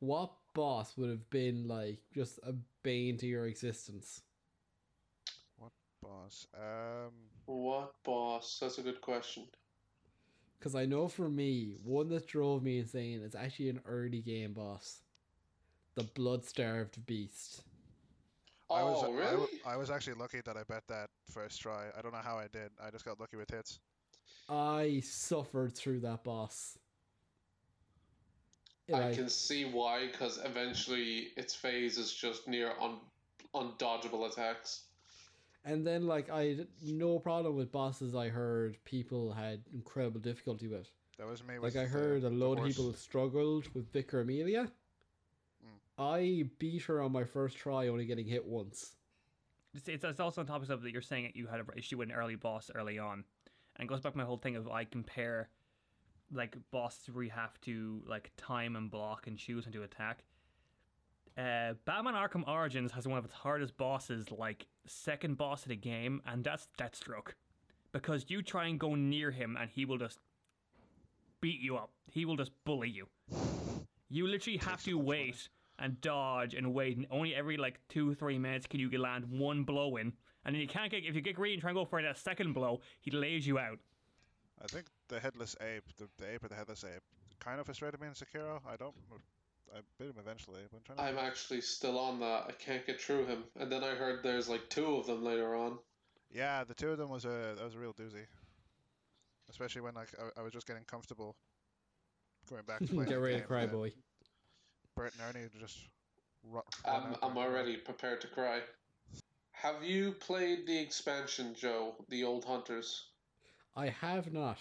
Speaker 3: what boss would have been like just a bane to your existence?
Speaker 4: Boss. Um,
Speaker 2: What boss? That's a good question.
Speaker 3: Because I know for me, one that drove me insane is actually an early game boss, the blood starved beast.
Speaker 4: I was,
Speaker 2: oh,
Speaker 4: I
Speaker 2: really?
Speaker 4: w- I, was actually lucky that I bet that first try. I don't know how I did. I just got lucky with hits.
Speaker 3: I suffered through that boss. Yeah,
Speaker 2: I
Speaker 3: like-
Speaker 2: can see why, because eventually its phase is just near un- undodgeable attacks.
Speaker 3: And then like I had no problem with bosses. I heard people had incredible difficulty with.
Speaker 4: That was me.
Speaker 3: Like
Speaker 4: With
Speaker 3: I
Speaker 4: the-
Speaker 3: heard a
Speaker 4: the
Speaker 3: load of
Speaker 4: horse.
Speaker 3: people struggled with Vicar Amelia.
Speaker 4: Mm.
Speaker 3: I beat her on my first try, only getting hit once.
Speaker 1: It's, it's, it's also on top of stuff that you're saying that you had an issue with an early boss early on, and it goes back to my whole thing of I compare, like bosses where you have to like time and block and choose when to attack. Uh, Batman Arkham Origins has one of its hardest bosses, like second boss of the game, and that's Deathstroke, because you try and go near him and he will just beat you up. He will just bully you. You literally have
Speaker 4: Takes so
Speaker 1: to
Speaker 4: much money.
Speaker 1: wait and dodge and wait, and only every like two three minutes can you land one blow in, and then you can't get if you get greedy and try and go for that second blow, he lays you out.
Speaker 4: I think the headless ape, the, the ape or the headless ape, kind of frustrated me in Sekiro. I don't. I beat him eventually. But I'm trying to.
Speaker 2: I'm actually still on that. I can't get through him. And then I heard there's like two of them later on.
Speaker 4: Yeah, the two of them was a that was a real doozy. Especially when like I, I was just getting comfortable going back to playing.
Speaker 3: Get
Speaker 4: the
Speaker 3: ready to
Speaker 4: game,
Speaker 3: cry,
Speaker 4: and
Speaker 3: boy.
Speaker 4: Bert and Ernie would just. Ru- run
Speaker 2: I'm,
Speaker 4: out
Speaker 2: I'm
Speaker 4: there.
Speaker 2: already prepared to cry. Have you played the expansion, Joe? The Old Hunters?
Speaker 3: I have not.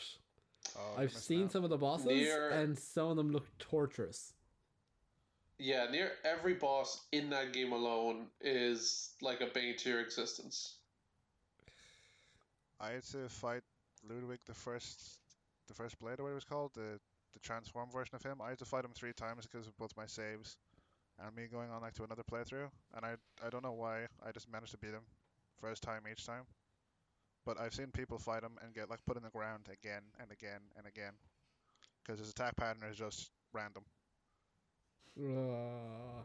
Speaker 4: Oh, you
Speaker 3: I've
Speaker 4: missed
Speaker 3: seen
Speaker 4: out.
Speaker 3: some of the bosses,
Speaker 2: Near-
Speaker 3: and some of them look torturous.
Speaker 2: Yeah, near every boss in that game alone is like a bane to your existence.
Speaker 4: I had to fight Ludwig the first, the first blade or what it was called, the the transform version of him. I had to fight him three times because of both my saves, and me going on like to another playthrough. And I I don't know why I just managed to beat him first time each time. But I've seen people fight him and get like put in the ground again and again and again, because his attack pattern is just random.
Speaker 3: Uh,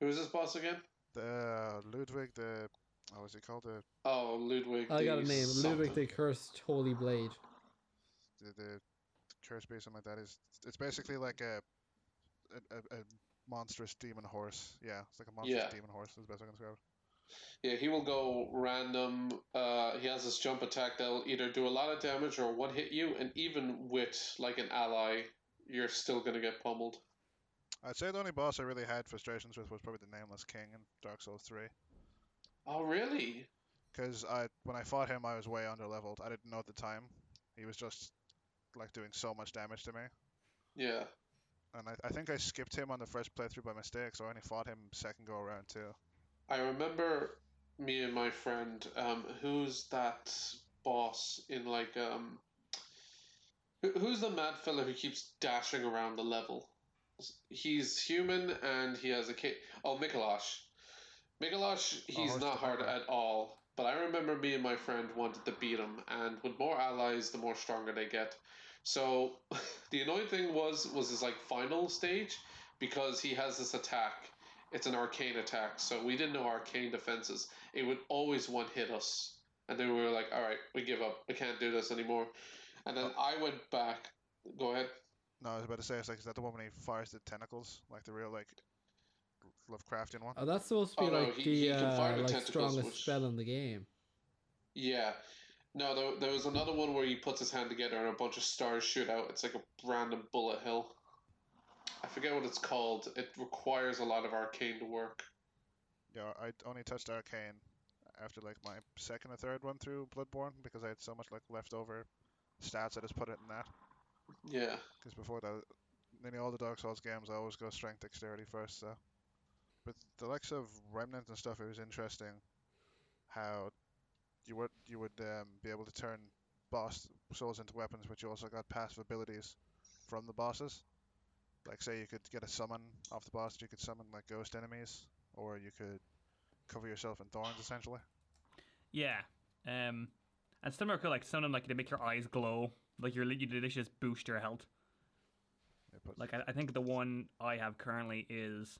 Speaker 2: Who is this boss again?
Speaker 4: The uh, Ludwig the, oh, was he called the
Speaker 2: Oh, Ludwig.
Speaker 3: I got a
Speaker 2: the
Speaker 3: name. Ludwig the
Speaker 2: something.
Speaker 3: Cursed Holy Blade.
Speaker 4: the, the curse beast, something like that. Is it's basically like a a, a, a monstrous demon horse. Yeah, it's like a monstrous
Speaker 2: Yeah.
Speaker 4: demon horse. Is the best I can describe. it.
Speaker 2: Yeah, he will go random. Uh, he has this jump attack that'll either do a lot of damage or one hit you, and even with like an ally, you're still gonna get pummeled.
Speaker 4: I'd say the only boss I really had frustrations with was probably the Nameless King in Dark Souls Three,
Speaker 2: Oh, really?
Speaker 4: because I when I fought him I was way under leveled. I didn't know at the time. He was just like doing so much damage to me,
Speaker 2: Yeah.
Speaker 4: and I, I think I skipped him on the first playthrough by mistake, so I only fought him second go around too.
Speaker 2: I remember me and my friend. Um, who's that boss in like um? who- Who's the mad fella who keeps dashing around the level? He's human and he has a kid. Oh, Mikolash. Mikolash, he's
Speaker 4: Horst
Speaker 2: not hard
Speaker 4: Wagner.
Speaker 2: at all. But I remember me and my friend wanted to beat him, and with more allies, the more stronger they get. So the annoying thing was was his like final stage because he has this attack. It's an arcane attack, so we didn't know arcane defenses. It would always one hit us, and then we were like, "All right, we give up. We can't do this anymore." And then I went back. Go ahead.
Speaker 4: No, I was about to say it's like is that the one when he fires the tentacles, like the real like Lovecraftian one.
Speaker 3: Oh, that's supposed to be
Speaker 2: Oh, no,
Speaker 3: like
Speaker 2: he-
Speaker 3: the
Speaker 2: he can fire
Speaker 3: uh,
Speaker 2: the
Speaker 3: like
Speaker 2: tentacles,
Speaker 3: strongest
Speaker 2: which-
Speaker 3: spell in the game.
Speaker 2: Yeah. No, there, there was another one where he puts his hand together and a bunch of stars shoot out. It's like a random bullet hell. I forget what it's called. It requires a lot of arcane to work.
Speaker 4: Yeah, I only touched Arcane after like my second or third run through Bloodborne because I had so much like leftover stats. I just put it in that
Speaker 2: Yeah.
Speaker 4: because before that, nearly all the Dark Souls games, I always go strength dexterity first. So, but the likes of Remnant and stuff, it was interesting how you would you would um, be able to turn boss souls into weapons, which you also got passive abilities from the bosses. Like say you could get a summon off the boss, you could summon like ghost enemies, or you could cover yourself in thorns essentially.
Speaker 1: Yeah. Um, and some are cool, like some of them like they make your eyes glow, like your you they just boost your health.
Speaker 4: It puts-
Speaker 1: Like I, I think the one I have currently is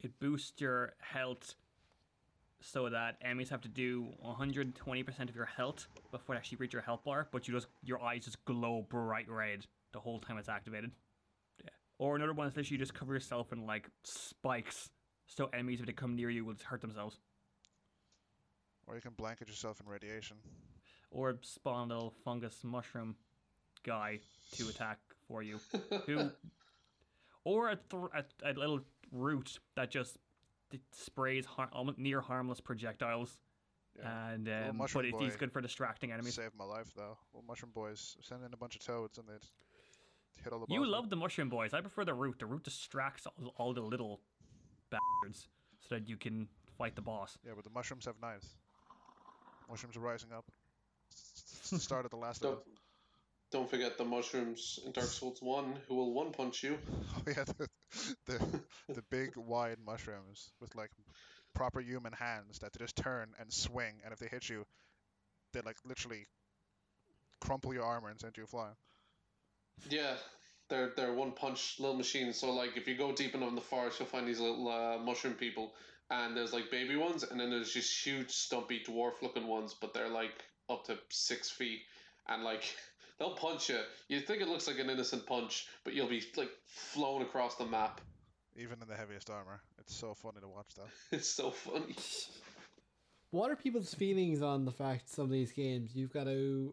Speaker 1: it boosts your health so that enemies have to do 120% of your health before they actually reach your health bar, but you just your eyes just glow bright red the whole time it's activated. Yeah. Or another one is literally you just cover yourself in like spikes so enemies if they come near you will just hurt themselves.
Speaker 4: or you can blanket yourself in radiation.
Speaker 1: Or spawn a little fungus mushroom guy to attack for you. who or a, thr a, a little root that just d- sprays har- almo- near harmless projectiles
Speaker 4: Yeah.
Speaker 1: and
Speaker 4: Little
Speaker 1: um, but
Speaker 4: mushroom
Speaker 1: it, he's
Speaker 4: boy.
Speaker 1: good for distracting enemies
Speaker 4: Saved my life though. Well, mushroom boys send in a bunch of toads and they'd hit all the.
Speaker 1: you
Speaker 4: bosses.
Speaker 1: love the mushroom boys i prefer the root the root distracts all, all the little bastards so that you can fight the boss
Speaker 4: Yeah, but the mushrooms have knives. Mushrooms are rising up. It's the Start of the last of
Speaker 2: Don't, don't forget the mushrooms in Dark Souls 1 who will one punch you.
Speaker 4: Oh yeah, the, the the big wide mushrooms with like proper human hands that they just turn and swing, and if they hit you, they like literally crumple your armor and send you flying.
Speaker 2: Yeah, they're they're one punch little machines. So like, if you go deep enough in the forest, you'll find these little uh, mushroom people, and there's like baby ones, and then there's just huge stumpy dwarf looking ones, but they're like up to six feet, and like they'll punch you. You think it looks like an innocent punch, but you'll be like flown across the map.
Speaker 4: Even in the heaviest armor, it's so funny to watch that.
Speaker 2: It's so funny.
Speaker 3: what are people's feelings on the fact some of these games you've got to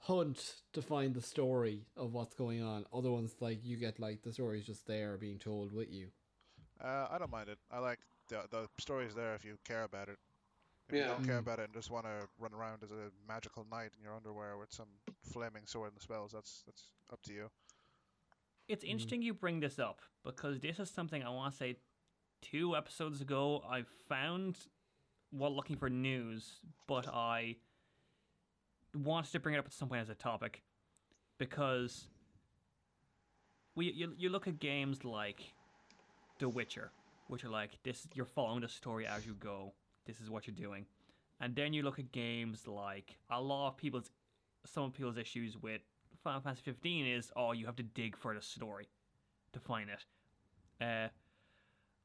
Speaker 3: hunt to find the story of what's going on other ones like you get like the story is just there being told with you
Speaker 4: Uh, I don't mind it. I like the the story's there if you care about it. If
Speaker 2: Yeah.
Speaker 4: you don't care
Speaker 3: Mm.
Speaker 4: about it and just want to run around as a magical knight in your underwear with some flaming sword and spells, that's that's up to you.
Speaker 1: it's
Speaker 3: Mm.
Speaker 1: interesting you bring this up because this is something i want to say two episodes ago i found while looking for news but i wanted to bring it up at some point as a topic because we you, you look at games like the witcher which are like this you're following the story as you go this is what you're doing and then you look at games like a lot of people's some people's issues with Final Fantasy 15 is oh you have to dig for the story to find it. Uh,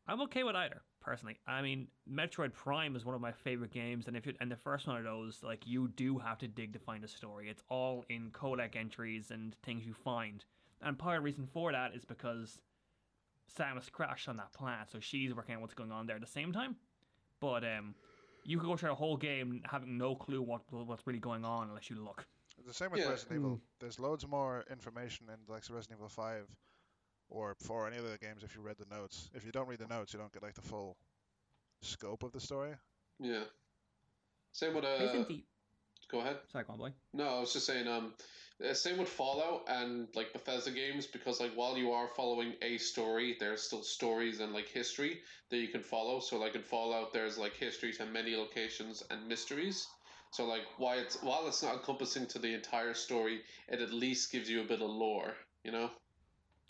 Speaker 1: I'm okay with either personally. I mean, Metroid Prime is one of my favorite games, and if you and the first one of those, like you do have to dig to find a story. It's all in codec entries and things you find, and part of the reason for that is because Samus crashed on that planet, so she's working out what's going on there at the same time. But um, you could go through a whole game having no clue what what's really going on unless you look.
Speaker 4: It's the same with
Speaker 2: Yeah.
Speaker 4: Resident Evil. There's loads more information in like Resident Evil Five, or for any other games if you read the notes. If you don't read the notes, you don't get like the full scope of the story.
Speaker 2: Yeah. Same with uh.
Speaker 1: Isn't the
Speaker 2: Go ahead.
Speaker 1: sorry, go on, boy.
Speaker 2: No, I was just saying, um, uh, same with Fallout and like Bethesda games, because like while you are following a story, there's still stories and like history that you can follow. So like in Fallout, there's like history to many locations and mysteries. So like why it's while it's not encompassing to the entire story, it at least gives you a bit of lore, you know?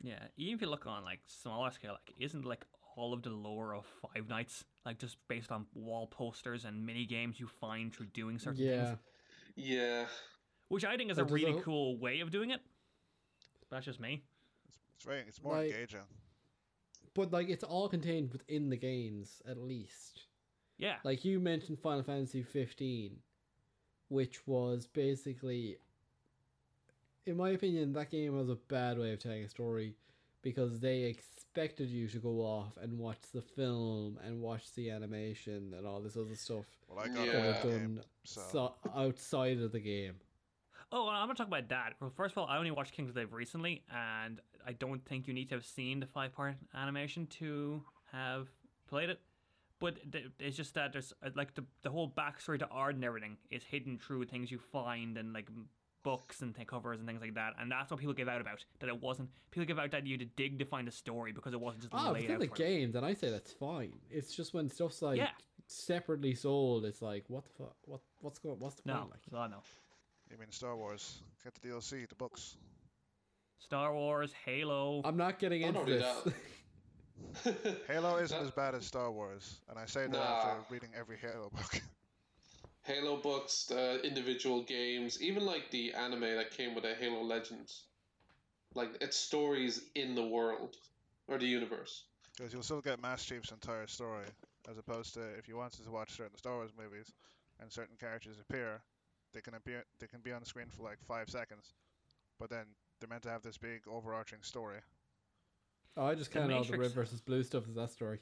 Speaker 1: Yeah, even if you look on like smaller scale, like isn't like all of the lore of Five Nights like just based on wall posters and mini games you find through doing certain
Speaker 3: yeah
Speaker 1: things,
Speaker 2: Yeah,
Speaker 1: which I think is
Speaker 3: That
Speaker 1: a
Speaker 3: does
Speaker 1: really
Speaker 3: help.
Speaker 1: cool way of doing it. But that's just me.
Speaker 4: It's very, it's more
Speaker 3: Like-
Speaker 4: engaging.
Speaker 3: but like it's all contained within the games at least
Speaker 1: Yeah,
Speaker 3: like you mentioned Final Fantasy 15 which was basically in my opinion that game was a bad way of telling a story because they expected you to go off and watch the film and watch the animation and all this other stuff
Speaker 4: Well, I got
Speaker 2: Yeah.
Speaker 3: that
Speaker 4: yeah.
Speaker 3: were
Speaker 2: Yeah.
Speaker 4: game,
Speaker 3: done
Speaker 4: so
Speaker 3: so outside of the game
Speaker 1: Oh, well, I'm not talking about that. Well, first of all, I only watched Kings of Live recently, and I don't think you need to have seen the five part animation to have played it. But th- it's just that there's uh, like the, the whole backstory to Ard and everything is hidden through things you find and like m- books and th- covers and things like that. And that's what people give out about that it wasn't. People give out that you had to dig to find a story because it wasn't just
Speaker 3: ah if
Speaker 1: laid
Speaker 3: it's in
Speaker 1: out.
Speaker 3: the
Speaker 1: for them.
Speaker 3: game then I say that's fine it's just when stuff's like
Speaker 1: Yeah.
Speaker 3: separately sold it's like what the fuck what, what's going what's the
Speaker 1: No,
Speaker 3: point like
Speaker 1: God, no.
Speaker 4: You mean Star Wars? Get the DLC, the books.
Speaker 1: Star Wars, Halo.
Speaker 3: I'm not getting
Speaker 2: I'll
Speaker 3: into
Speaker 2: do
Speaker 3: this.
Speaker 4: Halo isn't
Speaker 2: That-
Speaker 4: as bad as Star Wars, and I say that
Speaker 2: Nah.
Speaker 4: after reading every Halo book.
Speaker 2: Halo books, uh, individual games, even like the anime that came with a Halo Legends. Like it's stories in the world or the universe.
Speaker 4: Because you'll still get Mass Chief's entire story, as opposed to if you wanted to watch certain Star Wars movies and certain characters appear, they can appear they can be on the screen for like five seconds, but then they're meant to have this big overarching story.
Speaker 3: oh, I just
Speaker 1: The
Speaker 3: counted all the red
Speaker 1: Matrix-
Speaker 3: versus blue stuff as that story.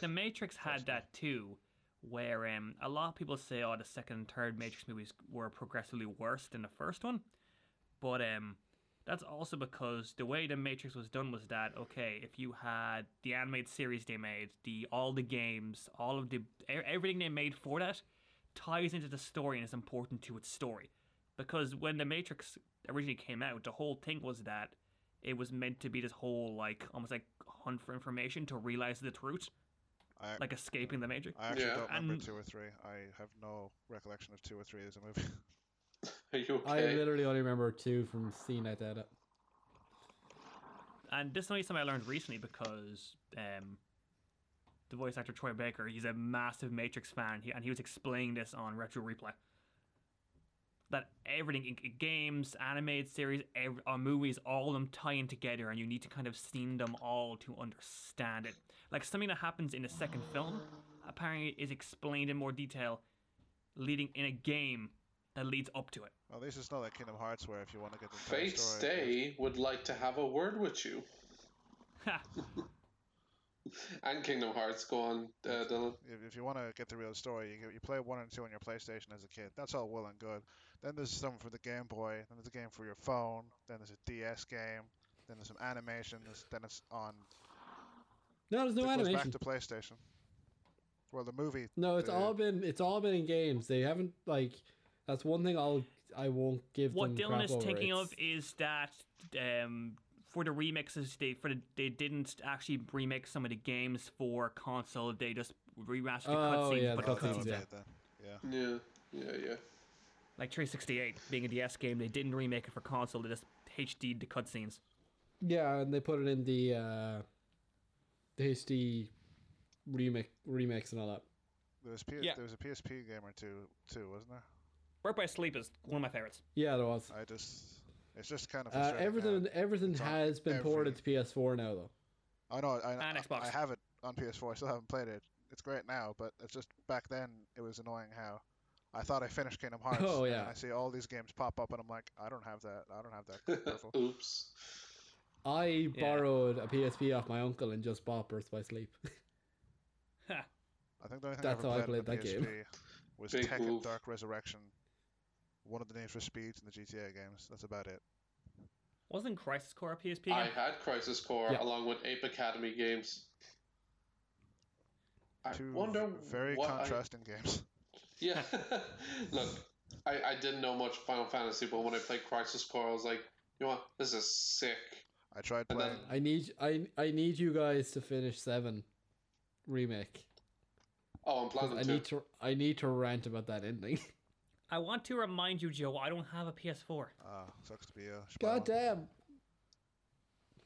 Speaker 1: The Matrix had that too, where um, a lot of people say, "Oh, the second and third Matrix movies were progressively worse than the first one," but um, that's also because the way the Matrix was done was that okay, if you had the animated series they made, the all the games, all of the e- everything they made for that ties into the story and is important to its story, because when the Matrix originally came out, the whole thing was that it was meant to be this whole like almost like hunt for information to realize the truth
Speaker 4: I,
Speaker 1: like escaping the matrix.
Speaker 4: I actually
Speaker 2: Yeah.
Speaker 4: don't remember
Speaker 1: And-
Speaker 4: two or three. I have no recollection of two or three as a movie.
Speaker 2: Are you okay?
Speaker 3: I literally only remember two from seeing that data.
Speaker 1: And this is only something I learned recently because um, the voice actor Troy Baker, he's a massive Matrix fan, he, and he was explaining this on Retro Replay. That everything, in- in games, animated series, ev- or movies, all of them tie in together, and you need to kind of seen them all to understand it. Like something that happens in the second film, apparently is explained in more detail, leading in a game that leads up to it.
Speaker 4: At least it's not like Kingdom Hearts, where if you want to get the entire
Speaker 2: Faith
Speaker 4: story, you have
Speaker 2: Stay would like to have a word with you.
Speaker 1: Ha!
Speaker 2: And Kingdom Hearts, go on, uh, Dylan.
Speaker 4: if, if you want to get the real story, you, go- you play one and two on your PlayStation as a kid. That's all well and good. Then there's some for the Game Boy. Then there's a game for your phone. Then there's a DS game. Then there's some animations. Then it's on.
Speaker 3: No, there's no
Speaker 4: it goes back
Speaker 3: animation.
Speaker 4: to PlayStation. Well, the movie.
Speaker 3: No, it's
Speaker 4: the-
Speaker 3: all been it's all been in games. They haven't like that's one thing I'll I won't give
Speaker 1: what
Speaker 3: them
Speaker 1: Dylan
Speaker 3: crap
Speaker 1: is
Speaker 3: over.
Speaker 1: thinking
Speaker 3: It's-
Speaker 1: of is that um, for the remixes, they for the, they didn't actually remix some of the games for console. They just remastered the
Speaker 3: Oh,
Speaker 1: cutscenes,
Speaker 3: yeah,
Speaker 1: but
Speaker 3: the
Speaker 4: Oh, that
Speaker 3: cutscenes,
Speaker 4: was
Speaker 1: cutscenes,
Speaker 3: yeah.
Speaker 4: it then. Yeah.
Speaker 2: Yeah, yeah, yeah.
Speaker 1: like 368 being a DS game, they didn't remake it for console. They just HD would the cutscenes.
Speaker 3: Yeah, and they put it in the uh the HD remix remix and all that.
Speaker 4: There was, PS,
Speaker 1: Yeah.
Speaker 4: there was a PSP game or two, too, wasn't there?
Speaker 1: Birth by Sleep is one of my favorites.
Speaker 3: Yeah, there was.
Speaker 4: I just. It's just kind of.
Speaker 3: Uh,
Speaker 4: frustrating how-
Speaker 3: everything everything
Speaker 4: it's on
Speaker 3: has been
Speaker 4: every-
Speaker 3: ported to PS4 now though.
Speaker 4: I know. I,
Speaker 1: And
Speaker 4: I,
Speaker 1: Xbox.
Speaker 4: I have it on PS4. I still haven't played it. It's great now, but it's just back then it was annoying how I thought I finished Kingdom Hearts.
Speaker 3: Oh,
Speaker 4: and
Speaker 3: yeah.
Speaker 4: I see all these games pop up, and I'm like, I don't have that. I don't have that. Marvel.
Speaker 2: Oops.
Speaker 3: I borrowed a PSP off my uncle and just bought Birth by Sleep.
Speaker 4: I think the only thing
Speaker 3: That's
Speaker 4: I
Speaker 3: how I
Speaker 4: ever played, on
Speaker 3: played
Speaker 4: the
Speaker 3: that
Speaker 4: PSP
Speaker 3: game.
Speaker 4: was
Speaker 2: Big
Speaker 4: Tekken
Speaker 2: move.
Speaker 4: Dark Resurrection, one of the Need for Speeds and the GTA games. That's about it.
Speaker 1: Wasn't Crisis Core a PSP game?
Speaker 2: I had Crisis Core
Speaker 3: Yeah.
Speaker 2: along with Ape Academy games. I
Speaker 4: Two
Speaker 2: wonder
Speaker 4: very
Speaker 2: what I-
Speaker 4: contrasting games.
Speaker 2: Yeah. Look, I, I didn't know much Final Fantasy, but when I played Crisis Core, I was like, you know what? This is sick.
Speaker 4: I tried
Speaker 2: And
Speaker 4: playing.
Speaker 2: then-
Speaker 3: I need I I need you guys to finish seven remake.
Speaker 2: Oh, I'm
Speaker 3: 'cause
Speaker 2: planning
Speaker 3: I
Speaker 2: to.
Speaker 3: need to I need to rant about that ending.
Speaker 1: I want to remind you, Joe, I don't have a PS4.
Speaker 4: Ah, sucks to be you. Should buy one.
Speaker 3: God damn.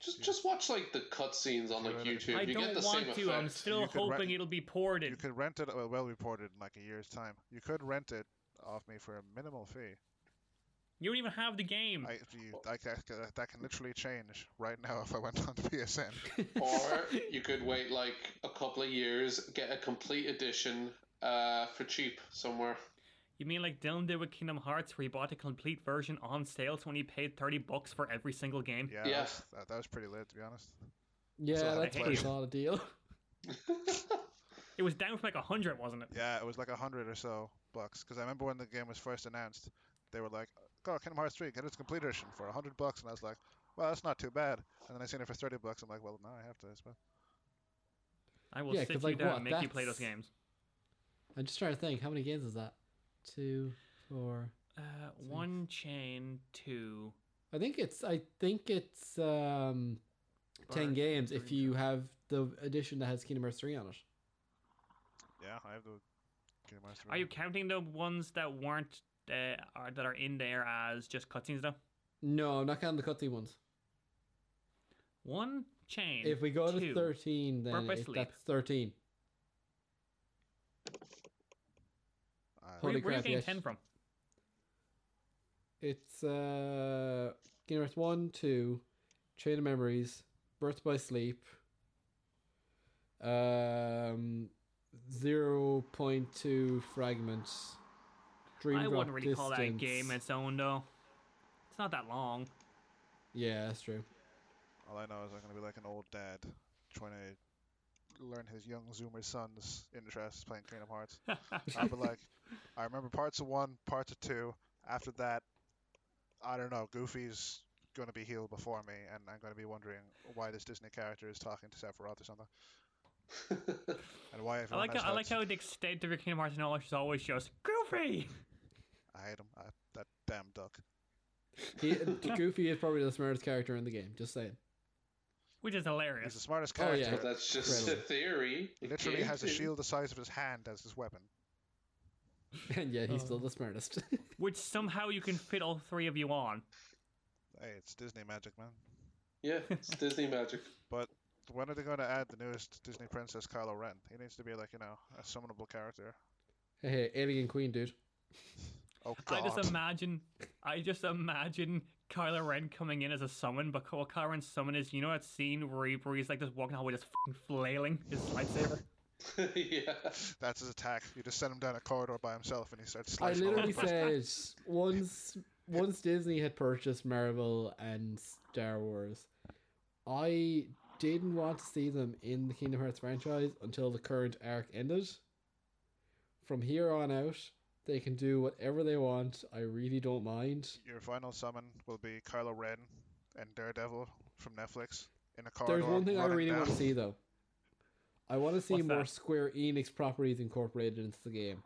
Speaker 2: Just just watch like the cutscenes on like
Speaker 4: Sure, like-
Speaker 2: YouTube.
Speaker 1: I
Speaker 2: you get
Speaker 1: don't
Speaker 2: the same
Speaker 1: want to. I'm
Speaker 2: effect.
Speaker 1: still
Speaker 4: You could
Speaker 1: hoping
Speaker 4: rent-
Speaker 1: it'll be ported.
Speaker 4: You could rent it. Well, well reported in like a year's time. You could rent it off me for a minimal fee.
Speaker 1: You don't even have the game.
Speaker 4: I, do you, I, that, that- that can literally change right now if I went on to PSN.
Speaker 2: or you could wait like a couple of years, get a complete edition uh, for cheap somewhere.
Speaker 1: You mean like Dylan did with Kingdom Hearts, where he bought a complete version on sale, so when he paid thirty bucks for every single game?
Speaker 4: Yeah,
Speaker 2: Yeah.
Speaker 4: That, was, that, that was pretty lit, to be honest.
Speaker 3: Yeah,
Speaker 4: So I
Speaker 3: that's
Speaker 1: hate
Speaker 3: pretty
Speaker 1: you.
Speaker 3: solid deal.
Speaker 1: It was down from like a hundred, wasn't it?
Speaker 4: Yeah, it was like a hundred or so bucks. Because I remember when the game was first announced, they were like, "God, Kingdom Hearts 3, get its complete edition for a hundred bucks," and I was like, "Well, that's not too bad." And then I seen it for thirty bucks. I'm like, "Well, now I have to." I suppose.
Speaker 1: I will
Speaker 3: Yeah,
Speaker 1: sit
Speaker 3: 'cause,
Speaker 1: you
Speaker 3: like,
Speaker 1: down
Speaker 3: what,
Speaker 1: and make you play those
Speaker 3: that's-
Speaker 1: games.
Speaker 3: I'm just trying to think, how many games is that? Two, four.
Speaker 1: Uh, one chain, two.
Speaker 3: I think it's I think it's um ten
Speaker 1: Birth,
Speaker 3: games if
Speaker 1: Dream
Speaker 3: you have the edition that has Kingdom Hearts three on it.
Speaker 4: Yeah, I have the Kingdom Hearts 3.
Speaker 1: Are you counting the ones that weren't uh, are, that are in there as just cutscenes now?
Speaker 3: No, I'm not counting the cutscene ones.
Speaker 1: One chain.
Speaker 3: If we go to
Speaker 1: two.
Speaker 3: 13, then
Speaker 1: Burp by
Speaker 3: it-
Speaker 1: sleep.
Speaker 3: that's 13.
Speaker 4: I,
Speaker 1: where,
Speaker 3: Holy
Speaker 1: where are you
Speaker 3: crap,
Speaker 1: getting
Speaker 3: yes.
Speaker 1: ten from?
Speaker 3: It's uh, Game Earth 1, 2, Chain of Memories, Birth by Sleep, um, 0.2 Fragments, Dream
Speaker 1: I
Speaker 3: Drop
Speaker 1: wouldn't really call that a
Speaker 3: Distance.
Speaker 1: game its own though. It's not that long.
Speaker 3: Yeah, that's true.
Speaker 4: all I know is I'm gonna be like an old dad trying to learn his young Zoomer son's interests playing Kingdom Hearts. I'll be like, I remember parts of one, parts of two. After that, I don't know. Goofy's gonna be healed before me, and I'm gonna be wondering why this Disney character is talking to Sephiroth or something, and why
Speaker 1: I
Speaker 4: everyone
Speaker 1: like
Speaker 4: has
Speaker 1: how, I like
Speaker 4: hugs.
Speaker 1: how the extent of your Kingdom Hearts knowledge is always just goofy.
Speaker 4: I hate him. I, that damn duck.
Speaker 3: He, Goofy is probably the smartest character in the game, just saying.
Speaker 1: Which is
Speaker 4: He's
Speaker 1: hilarious.
Speaker 4: the smartest
Speaker 3: Oh, yeah.
Speaker 4: character.
Speaker 2: But that's just a
Speaker 3: Incredible.
Speaker 2: theory.
Speaker 4: He literally has a shield the size of his hand as his weapon.
Speaker 3: And yet
Speaker 1: Oh.
Speaker 3: he's still the smartest.
Speaker 1: Which somehow you can fit all three of you on.
Speaker 4: Hey, it's Disney magic, man.
Speaker 2: Yeah, it's Disney magic.
Speaker 4: When are they going to add the newest Disney princess, Kylo Ren? He needs to be like you know a summonable character.
Speaker 3: hey, hey, Alien Queen, dude.
Speaker 4: Oh God!
Speaker 1: I just imagine, I just imagine Kylo Ren coming in as a summon, but what Kylo Ren's summon is, you know that scene where, he, where he's like just walking the hallway, just fucking flailing his lightsaber.
Speaker 2: yeah.
Speaker 4: That's his attack. You just send him down a corridor by himself, and he starts
Speaker 3: I
Speaker 4: slicing. all
Speaker 3: literally
Speaker 4: over the place.
Speaker 3: said once once Disney had purchased Marvel and Star Wars, I didn't want to see them in the Kingdom Hearts franchise until the current arc ended. From here on out, they can do whatever they want. I really don't mind.
Speaker 4: Your final summon will be Kylo Ren and Daredevil from Netflix in a corridor.
Speaker 3: There's one thing I
Speaker 4: running
Speaker 3: really want to
Speaker 4: down.
Speaker 3: see though. I want to see
Speaker 1: What's
Speaker 3: more
Speaker 1: that?
Speaker 3: Square Enix properties incorporated into the game.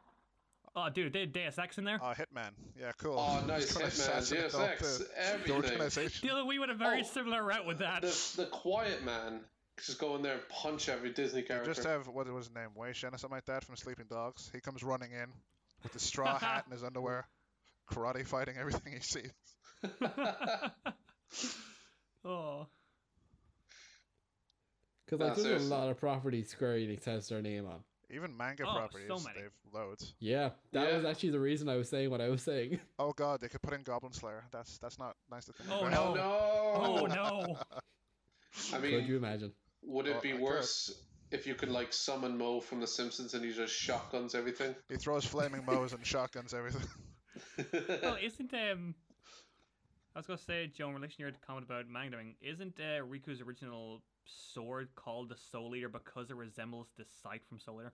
Speaker 1: Oh, dude, they had Deus Ex in there.
Speaker 4: Oh, Hitman. Yeah, cool.
Speaker 2: Oh,
Speaker 4: He's
Speaker 2: nice
Speaker 4: gonna
Speaker 2: Hitman,
Speaker 4: assassinate
Speaker 2: Deus
Speaker 4: all
Speaker 2: Ex,
Speaker 4: the- the
Speaker 2: everything.
Speaker 4: organization.
Speaker 1: Dylan, we went a very
Speaker 2: Oh.
Speaker 1: similar route with that.
Speaker 2: The, the quiet man. Just go in there and punch every Disney
Speaker 4: You
Speaker 2: character.
Speaker 4: just have what was his name, Wei Shen or something like that from Sleeping Dogs. He comes running in with his straw hat and his underwear, karate fighting everything he sees.
Speaker 1: oh,
Speaker 2: Nah,
Speaker 3: Because I think there's
Speaker 2: seriously.
Speaker 3: a lot of properties Square Enix has their name on.
Speaker 4: Even manga
Speaker 1: Oh, so
Speaker 4: properties,
Speaker 1: many.
Speaker 4: they've loads.
Speaker 3: Yeah, that
Speaker 2: Yeah.
Speaker 3: was actually the reason I was saying what I was saying.
Speaker 4: Oh god, they could put in Goblin Slayer. That's that's not nice to think
Speaker 1: Oh,
Speaker 4: about.
Speaker 2: Oh
Speaker 1: No.
Speaker 2: no!
Speaker 1: oh no.
Speaker 2: I
Speaker 3: Could you
Speaker 2: mean,
Speaker 3: imagine?
Speaker 2: would
Speaker 4: Oh,
Speaker 2: it be
Speaker 4: I could.
Speaker 2: worse if you could like summon Mo from The Simpsons and he just shotguns everything?
Speaker 4: He throws flaming bows and shotguns everything.
Speaker 1: well, isn't um, I was gonna say, Joe, in relation to your comment about Mangdaming, isn't uh, Riku's original sword called the Soul Eater because it resembles the sight from Soul Eater?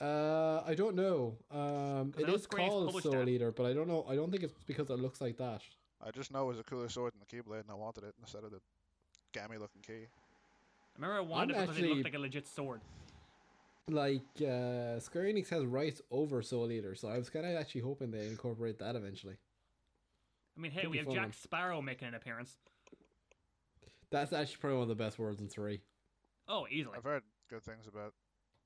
Speaker 3: Uh, I don't know. Um,
Speaker 1: 'Cause I
Speaker 3: it
Speaker 1: know
Speaker 3: is
Speaker 1: Square Enix
Speaker 3: called
Speaker 1: published
Speaker 3: Soul
Speaker 1: that.
Speaker 3: Eater, but I don't know. I don't think it's because it looks like that.
Speaker 4: I just know it was a cooler sword than the Keyblade, and I wanted it instead of the gammy looking key.
Speaker 1: I remember I wanted
Speaker 3: I'm
Speaker 1: it because it
Speaker 3: actually-
Speaker 1: looked like a legit sword.
Speaker 3: Like uh, Square Enix has rights over Soul Eater, so I was kind of actually hoping they incorporate that eventually.
Speaker 1: I mean, hey,
Speaker 3: Could
Speaker 1: we
Speaker 3: be
Speaker 1: have
Speaker 3: fun
Speaker 1: Jack
Speaker 3: one.
Speaker 1: Sparrow making an appearance.
Speaker 3: That's actually probably one of the best words in three.
Speaker 1: Oh, easily.
Speaker 4: I've heard good things about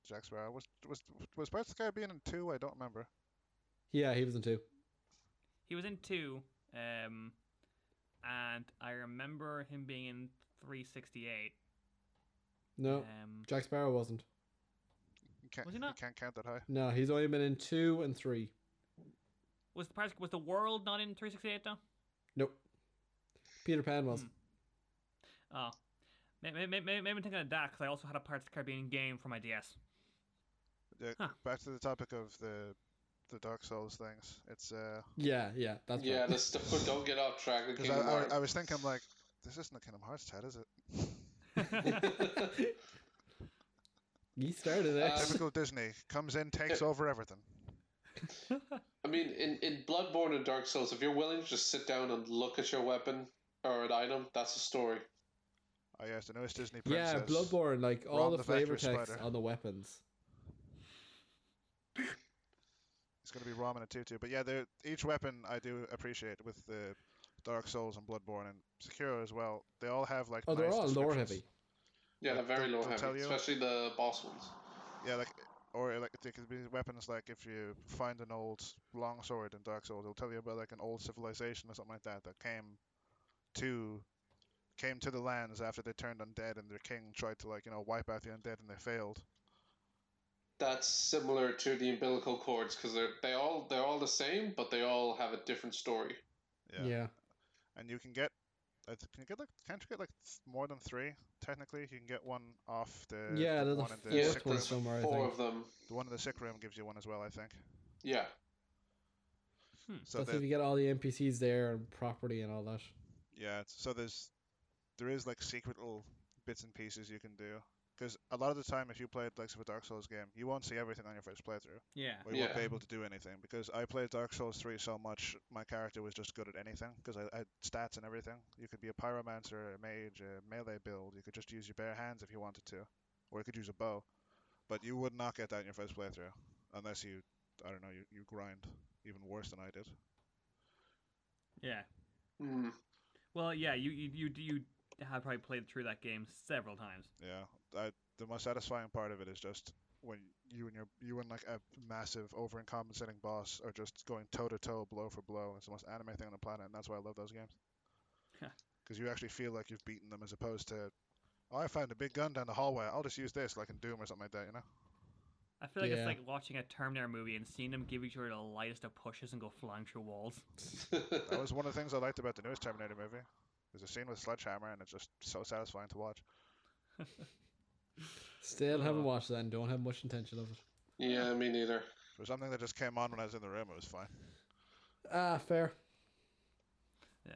Speaker 4: Jack Sparrow. Was was was Pirates of the Caribbean in two? I don't remember.
Speaker 3: Yeah, he was in two.
Speaker 1: He was in two, um, and I remember him being in 368.
Speaker 3: No,
Speaker 1: Um,
Speaker 3: Jack Sparrow wasn't.
Speaker 4: You can't,
Speaker 1: Was he not?
Speaker 4: You can't count that high.
Speaker 3: No, he's only been in two and three.
Speaker 1: was the Pirates- was the world not in 368 though?
Speaker 3: Nope. Peter Pan was.
Speaker 1: Hmm. Oh, maybe maybe maybe I'm thinking of that because I also had a Pirates of the Caribbean game for my DS.
Speaker 4: Yeah,
Speaker 1: Huh.
Speaker 4: Back to the topic of the the Dark Souls things. It's uh
Speaker 3: Yeah, yeah, that's
Speaker 2: yeah,
Speaker 3: right.
Speaker 2: let's don't, don't get off track of
Speaker 4: because I,
Speaker 2: Kingdom
Speaker 4: I,
Speaker 2: Hearts.
Speaker 4: I was thinking like this isn't a Kingdom Hearts Ted, is it?
Speaker 3: he started it.
Speaker 2: Uh,
Speaker 4: Typical Disney comes in, takes over everything.
Speaker 2: I mean, in, in Bloodborne and Dark Souls, if you're willing to just sit down and look at your weapon or an item, that's a story.
Speaker 4: Oh yes, the newest Disney princess.
Speaker 3: yeah, Bloodborne, like all
Speaker 4: Ron
Speaker 3: the,
Speaker 4: the
Speaker 3: flavor
Speaker 4: Vector
Speaker 3: text
Speaker 4: Spider.
Speaker 3: on the weapons.
Speaker 4: It's gonna be ROM and a tutu. But yeah, they're- each weapon I do appreciate with the Dark Souls and Bloodborne and Sekiro as well. They all have like
Speaker 3: Oh, they're
Speaker 4: nice
Speaker 3: all lore
Speaker 4: descriptions.
Speaker 3: heavy.
Speaker 2: Yeah,
Speaker 4: Like,
Speaker 2: they're very
Speaker 4: they'll-
Speaker 2: low
Speaker 4: they'll tell
Speaker 2: heavy,
Speaker 4: you-
Speaker 2: especially the boss ones.
Speaker 4: Yeah, like or like there could be weapons like if you find an old longsword in Dark Souls, it'll tell you about like an old civilization or something like that that came to came to the lands after they turned undead and their king tried to like you know wipe out the undead and they failed.
Speaker 2: That's similar to the umbilical cords because they're they all they're all the same, but they all have a different story.
Speaker 3: Yeah.
Speaker 4: and you can get I th- can you get like can't you get like th- more than three technically you can get one off the
Speaker 3: Yeah,
Speaker 4: the
Speaker 3: there's a
Speaker 4: one in the
Speaker 2: Yeah.
Speaker 3: fourth
Speaker 4: sick
Speaker 3: one
Speaker 4: room.
Speaker 3: somewhere, I
Speaker 2: Four
Speaker 3: think.
Speaker 2: of them.
Speaker 4: the one in the sick room gives you one as well I think
Speaker 2: Yeah,
Speaker 4: so
Speaker 3: That's
Speaker 4: the-
Speaker 3: if you get all the NPCs there and property and all that.
Speaker 4: yeah it's- so there's there is like secret little bits and pieces you can do because a lot of the time if you play like of a Dark Souls game you won't see everything on your first playthrough
Speaker 1: Yeah.
Speaker 4: or you won't be
Speaker 2: Yeah.
Speaker 4: able to do anything because I played Dark Souls 3 so much my character was just good at anything because I, I had stats and everything you could be a pyromancer a mage a melee build you could just use your bare hands if you wanted to or you could use a bow but you would not get that in your first playthrough unless you I don't know you, you grind even worse than I did
Speaker 1: Yeah.
Speaker 2: mm.
Speaker 1: Well, yeah, you you you, you have probably played through that game several times.
Speaker 4: Yeah, I, the most satisfying part of it is just when you and your you and like a massive overcompensating boss are just going toe to toe, blow for blow. It's the most anime thing on the planet, and that's why I love those games.
Speaker 1: Huh.
Speaker 4: Because you actually feel like you've beaten them, as opposed to, oh, I found a big gun down the hallway. I'll just use this, like in Doom or something like that. You know?
Speaker 1: I feel like
Speaker 3: Yeah.
Speaker 1: it's like watching a Terminator movie and seeing them give each other the lightest of pushes and go flying through walls.
Speaker 4: That was one of the things I liked about the newest Terminator movie. There's a scene with Sledgehammer, and it's just so satisfying to watch.
Speaker 3: Still haven't
Speaker 1: Uh,
Speaker 3: watched that and don't have much intention of it.
Speaker 2: yeah, me neither.
Speaker 4: For something that just came on when I was in the room, it was fine.
Speaker 3: Ah, fair.
Speaker 1: Yeah.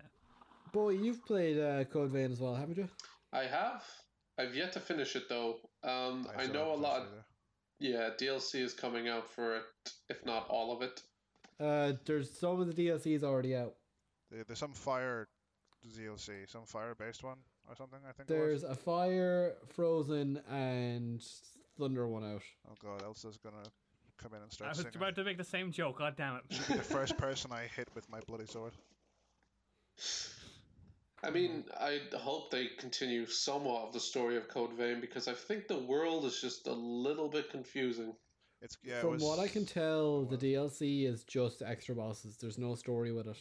Speaker 3: Boy, you've played uh, Code Vein as well, haven't you?
Speaker 2: I have. I've yet to finish it though. Um, I,
Speaker 4: still
Speaker 2: know a
Speaker 4: haven't touched
Speaker 2: lot.
Speaker 4: it either.
Speaker 2: Yeah, DLC is coming out for it, if not all of it.
Speaker 3: Uh, there's some of the DLCs already out.
Speaker 4: There- There's some fire DLC, some fire-based one or something. I think. it was.
Speaker 3: There's a Fire, Frozen, and Thunder one out.
Speaker 4: Oh god, Elsa's gonna come in and
Speaker 1: I
Speaker 4: start
Speaker 1: was
Speaker 4: singing.
Speaker 1: about to make the same joke. God damn it!
Speaker 4: She'll be the first person I hit with my bloody sword.
Speaker 2: I mean, I hope they continue somewhat of the story of Code Vein because I think the world is just a little bit confusing.
Speaker 4: It's yeah. it
Speaker 3: From
Speaker 4: was,
Speaker 3: what I can tell, the
Speaker 4: was.
Speaker 3: DLC is just extra bosses. There's no story with it.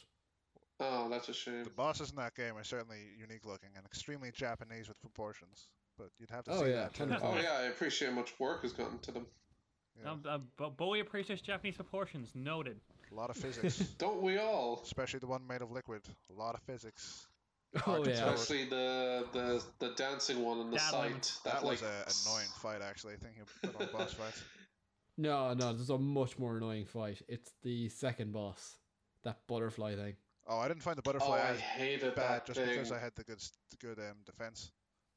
Speaker 2: Oh, that's a shame.
Speaker 4: the bosses in that game are certainly unique looking and extremely Japanese with proportions. But you'd have to
Speaker 3: Oh,
Speaker 4: see
Speaker 3: yeah,
Speaker 4: that. to-
Speaker 3: 100%.
Speaker 2: Oh yeah, I appreciate how much work has gone into them.
Speaker 4: yeah,
Speaker 1: Um, uh, Bo- Bowie appreciates Japanese proportions. Noted.
Speaker 4: A lot of physics,
Speaker 2: Don't we all?
Speaker 4: especially the one made of liquid. A lot of physics.
Speaker 3: Oh
Speaker 4: Hard to
Speaker 3: yeah,
Speaker 4: tell.
Speaker 2: Especially the the the dancing one on the
Speaker 1: That one.
Speaker 2: site.
Speaker 4: That
Speaker 2: like, oh,
Speaker 4: was an annoying fight, actually. Thinking about boss fights.
Speaker 3: no, no. There's a much more annoying fight. It's the second boss, that butterfly thing.
Speaker 4: Oh, I didn't find the
Speaker 2: Oh,
Speaker 4: butterfly
Speaker 2: I
Speaker 4: as
Speaker 2: hated
Speaker 4: bad
Speaker 2: that
Speaker 4: just
Speaker 2: thing.
Speaker 4: because I had the good, s- the good um, defense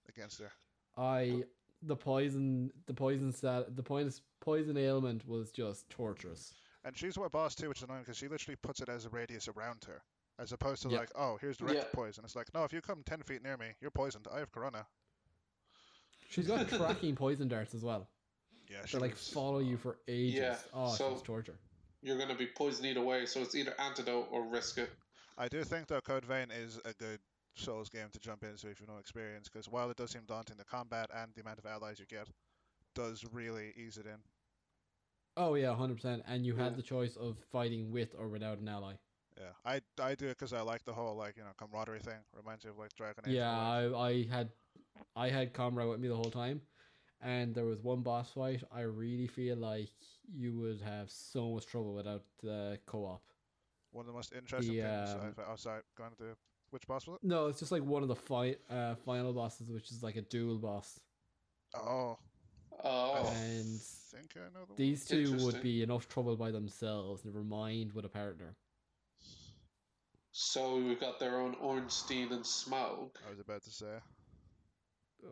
Speaker 4: against her.
Speaker 3: I the poison, the poison stat, the poison poison ailment was just torturous.
Speaker 4: And she's what boss too, which is annoying because she literally puts it as a radius around her, as opposed to
Speaker 3: Yeah.
Speaker 4: like, oh, here's direct
Speaker 2: Yeah.
Speaker 4: poison. It's like, no, if you come ten feet near me, you're poisoned. I have corona.
Speaker 3: She's got tracking poison darts as well.
Speaker 4: Yeah,
Speaker 3: They like follow you for ages.
Speaker 2: Yeah,
Speaker 3: oh, it's
Speaker 2: so-
Speaker 3: just torture.
Speaker 2: You're gonna be poisoned either way, so it's either antidote or risk it.
Speaker 4: I do think though, Code Vein is a good Souls game to jump into if you've no experience, because while it does seem daunting, the combat and the amount of allies you get does really ease it in.
Speaker 3: Oh yeah, hundred percent. And you
Speaker 2: Yeah.
Speaker 3: have the choice of fighting with or without an ally.
Speaker 4: Yeah, I I do it because I like the whole like you know camaraderie thing. Reminds me of like Dragon Age.
Speaker 3: Yeah,
Speaker 4: Warriors.
Speaker 3: I, I had I had Comrade with me the whole time, and there was one boss fight. I really feel like you would have so much trouble without the co-op.
Speaker 4: One of the most interesting
Speaker 3: the,
Speaker 4: things.
Speaker 3: um,
Speaker 4: I've, oh, sorry, going to which boss was it?
Speaker 3: No, it's just like one of the fight uh, final bosses, which is like a dual boss,
Speaker 4: Oh,
Speaker 2: Oh,
Speaker 4: I
Speaker 3: and
Speaker 4: think I know the one.
Speaker 3: these two would
Speaker 2: Interesting.
Speaker 3: be enough trouble by themselves. Never mind with a partner.
Speaker 2: so we've got their own Ornstein and Smaug.
Speaker 4: I was about to say.
Speaker 3: Ugh.